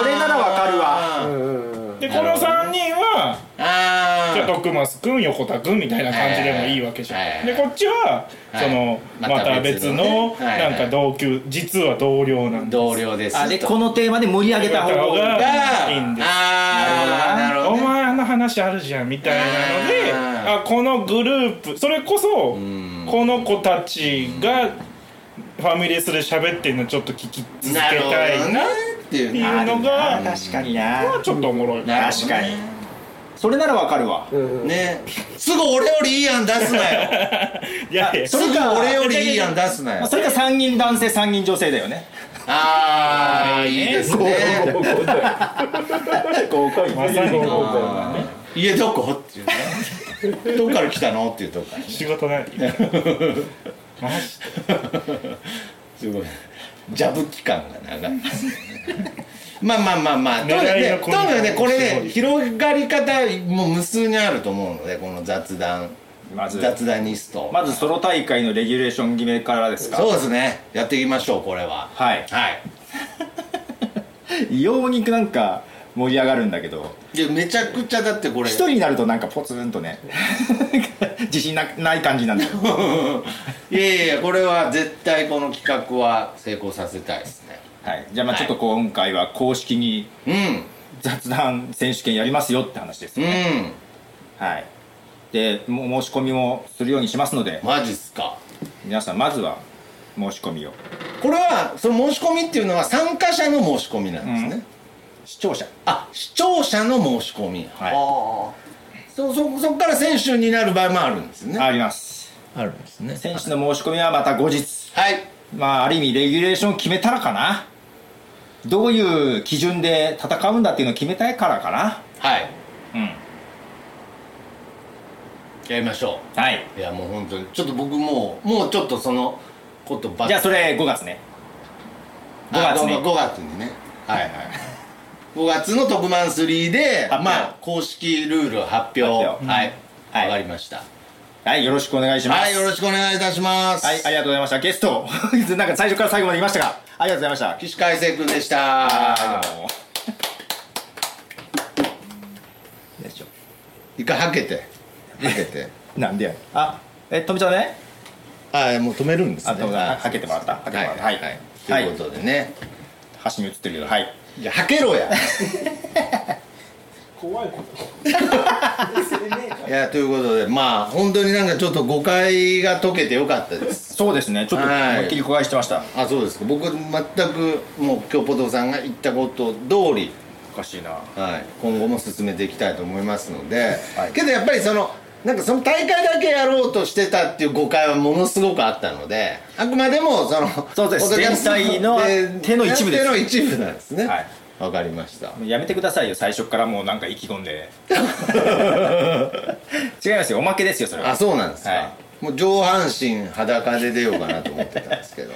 A: ーなるほどそれなら分かるわ
D: う
B: わ
D: んうん
C: でこの3人は
B: あ
C: じゃあ
B: ー
C: 徳増君横田君みたいな感じでもいいわけじ
B: はいはい
C: ゃ
B: はい
C: んでこっちは
B: はい
C: その
B: ま
C: ま
B: た
C: た別
B: 別の
C: の
B: ねはいは
C: ないんか同級実は同僚なんだ
B: 同僚です
A: あで
B: と
A: このテーマで盛り上げた方
C: 方
A: が
C: が
B: が
C: いいんです
B: あーな
A: な
B: るほ
C: お
B: どね
C: 前あの話あるじゃんみたいなので
B: あ
C: あこのグループそれこそ
B: ん
C: この子たちがファミレスで喋ってるのちょっと聞き続け
B: なるほ
C: たい
B: ど
C: な
B: ね
C: っ
B: っていう
C: ていうの
A: あ
C: が
A: 確かにな
C: ちょっとおもろい
B: なるほど
A: 確
B: ね
A: かにそれなら分かるわ
D: うんうん
B: ねすぐ俺よりいい案出すなよ
C: いやいや
B: すぐ俺よりいい案出すな
A: まあ
B: よ
A: それか3人男性3人女性だよね
B: ああいいですね
D: 合コンだよ合コン
C: まさに合コンだ
D: だよ
B: あー家どこっていうねどっから来たのっていうとこからね
C: 仕事ないマジ
B: すごいジャブ期間が長いですねまあまあまあまあとにかく
C: 狙い
B: ね
C: の
B: と
C: コ
B: に
C: ミュニ
B: かく
C: ケーショ
B: ね
C: ン
B: これね広がり方も無数にあると思うのでこの雑談
A: まず
B: 雑談ニスト
A: まずソロ大会のレギュレーション決めからですか
B: そうですねやっていきましょうこれは
A: はい
B: はい
A: 異様になんか盛り上がるんだけど
B: いやめちゃくちゃだってこれ
A: 一人になるとなんかポツンとね <laughs> 自信なない感じなんだ <laughs> よ
B: いやいやいやこれは絶対この企画は成功させたいですね
A: はい、じゃあまあちょっと今回は公式に
B: う
A: 雑談選手権やりますよって話です、
B: んうん
A: はいでも申し込みもするようにしますので
B: マジっすか
A: 皆さんまずは申し込みを
B: これはその申し込みっていうのは参加者の申し込みなんですね、
A: 視聴者
B: あ視聴者の申し込み
A: はい
B: ああそそそっから選手になる場合もあるんですね
A: あります
B: あるんですね
A: 選手の申し込みはまた後日
B: はい
A: まあある意味レギュレーションを決めたらかなどういう基準で戦うんだっていうのを決めたいからかな
B: はい
A: うん
B: やりましょ
A: はいう
B: いやもう本当にちょっと僕もうもうちょっとそのことばっ
A: じゃあそれ5月ね5
B: あ
A: 月ね
B: ごめん5月にねはいはい5月の特番3で
A: 発表
B: まあ公式ルール発
A: 発
B: 表
A: 表
B: はい
A: うん
B: わかりました
A: はいよろしくお願いします
B: はいよろしくお願いいたします
A: はい、ありがとうございました。ゲスト、 <laughs> なんか最初から最後までいましたが、ありがとうございまし。
B: 岸海生君でしたた
A: どうもよいしょ
B: 一回はけてはけて
A: なんでやあ、え、富ちゃんね。
B: あもう止めるんです
A: あ、富ちゃん、はけてもらった。はけてもらった。はい。
B: はい
A: は
B: という
A: い。
B: ことでね
A: 端に映ってるけど、はい。
B: いやはけろや
C: <laughs> 怖いこ
B: <laughs>
C: と
B: いやということでまあ本当になんかちょっと誤解が解けてよかったです
A: そうですね。ちょっと
B: はい
A: 思いっきり誤解してました。
B: あそうですか僕全くもう今日ポトフさんが言ったこと通り
A: おかしいな。
B: はい、今後も進めていきたいと思いますので、
A: はい
B: けどやっぱりそのなんかその大会だけやろうとしてたっていう誤解はものすごくあったのであくまでもその
A: そうです
B: ポッドキャスト
A: 全体の
B: えー
A: 手の一部です
B: 手の一部なんですね
A: はい
B: わかりました
A: もうやめてくださいよ、最初からもうなんか意気込ん
B: <laughs>
A: で。違いますよ、おまけですよ、それ
B: あ
A: は。
B: そうなんですか、
A: は
B: もう上半身裸で出ようかなと思ってたんですけど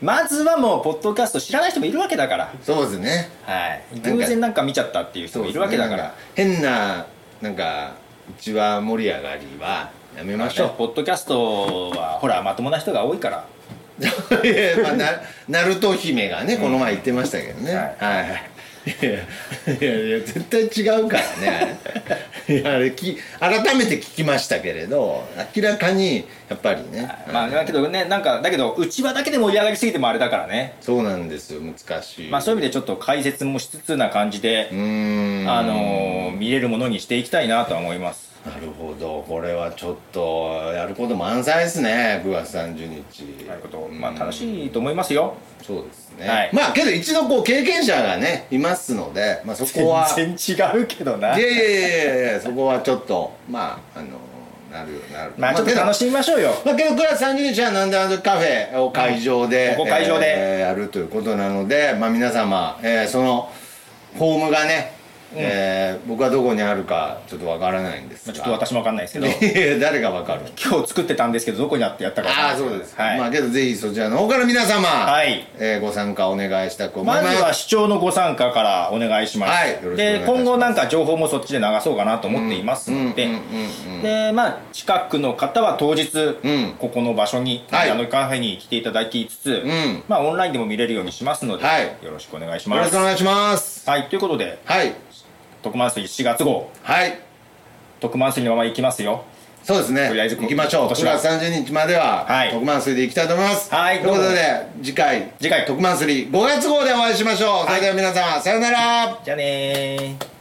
A: まずはもう、ポッドキャスト知らない人もいるわけだから。
B: そうですね
A: はい。
B: か
A: 偶然なんか見ちゃったっていう人もいるわけだから。
B: そうですねなんか変ななんかうちは盛り上がりはやめましょう
A: ポッドキャストはほらまともな人が多いから
B: <laughs> いやまあ、なナルト姫がねこの前言ってましたけどね、
A: は
B: はい、いやいやいや絶対違うからねあれいやあれき改めて聞きましたけれど明らかにやっぱりね、
A: まあだけどねなんかだけどうちわだけで盛り上がりすぎてもあれだからね
B: そうなんですよ難しい、
A: まあそういう意味でちょっと解説もしつつな感じ
B: う
A: で、
B: ーん
A: あのー見れるものにしていきたいなとは思います
B: なるほどこれはちょっとやること満載ですね9月30日
A: なるほどまあ
B: うん
A: 楽しいと思いますよ
B: そうですね、
A: はい
B: まあけど一度こう経験者がねいますので、まあ、そこは
A: 然違うけどない
B: やいやいやいやいやそこはちょっとまああのなるよなる
A: まあちょっと楽
B: い
A: しみましょうよ
B: まあけど9月30日はなんであのカフェを会場で、
A: うんここ会場で
B: えーやるということなので、まあ、皆様、えーそのフォームがねえー僕はどこにあるかちょっとわからないんです
A: まあ
B: が
A: ちょっと私も分かんないですけ
B: <laughs>
A: ど
B: 誰がわかる
A: 今日作ってたんですけどどこにあってやったか分かん
B: あ
A: な
B: あ
A: い
B: そうです、
A: はい、
B: まあけどぜひそちらの方から皆様、
A: はい
B: えーご参加お願いしたく思いま
A: ますずは視聴のご参加からお願いします。
B: はいよろしくお願いい
A: で
B: たします
A: 今後なんか情報もそっちで流そうかなと思っていますので、
B: うんうんうんうん
A: でまあ近くの方は当日、
B: ん
A: ここの場所に、
B: はい
A: あのカフェに来ていただきつつ、
B: ん
A: まあオンラインでも見れるようにしますので、
B: はい
A: よろしくお願いし
B: よ
A: ま
B: ろし
A: す
B: くお。願いします
A: はいということで
B: はい
A: 特番水4月号
B: はい
A: 特番水のままいきますよ。
B: そうですね
A: とりあえず
B: 行きましょう
A: 今
B: 9
A: 年は
B: 月30日までは、
A: はい
B: 特番水で行きたいと思います
A: はい
B: ということで次回
A: 次回
B: 特番水5月号でお会いしましょう、それでは皆様さようなら
A: じゃあねー。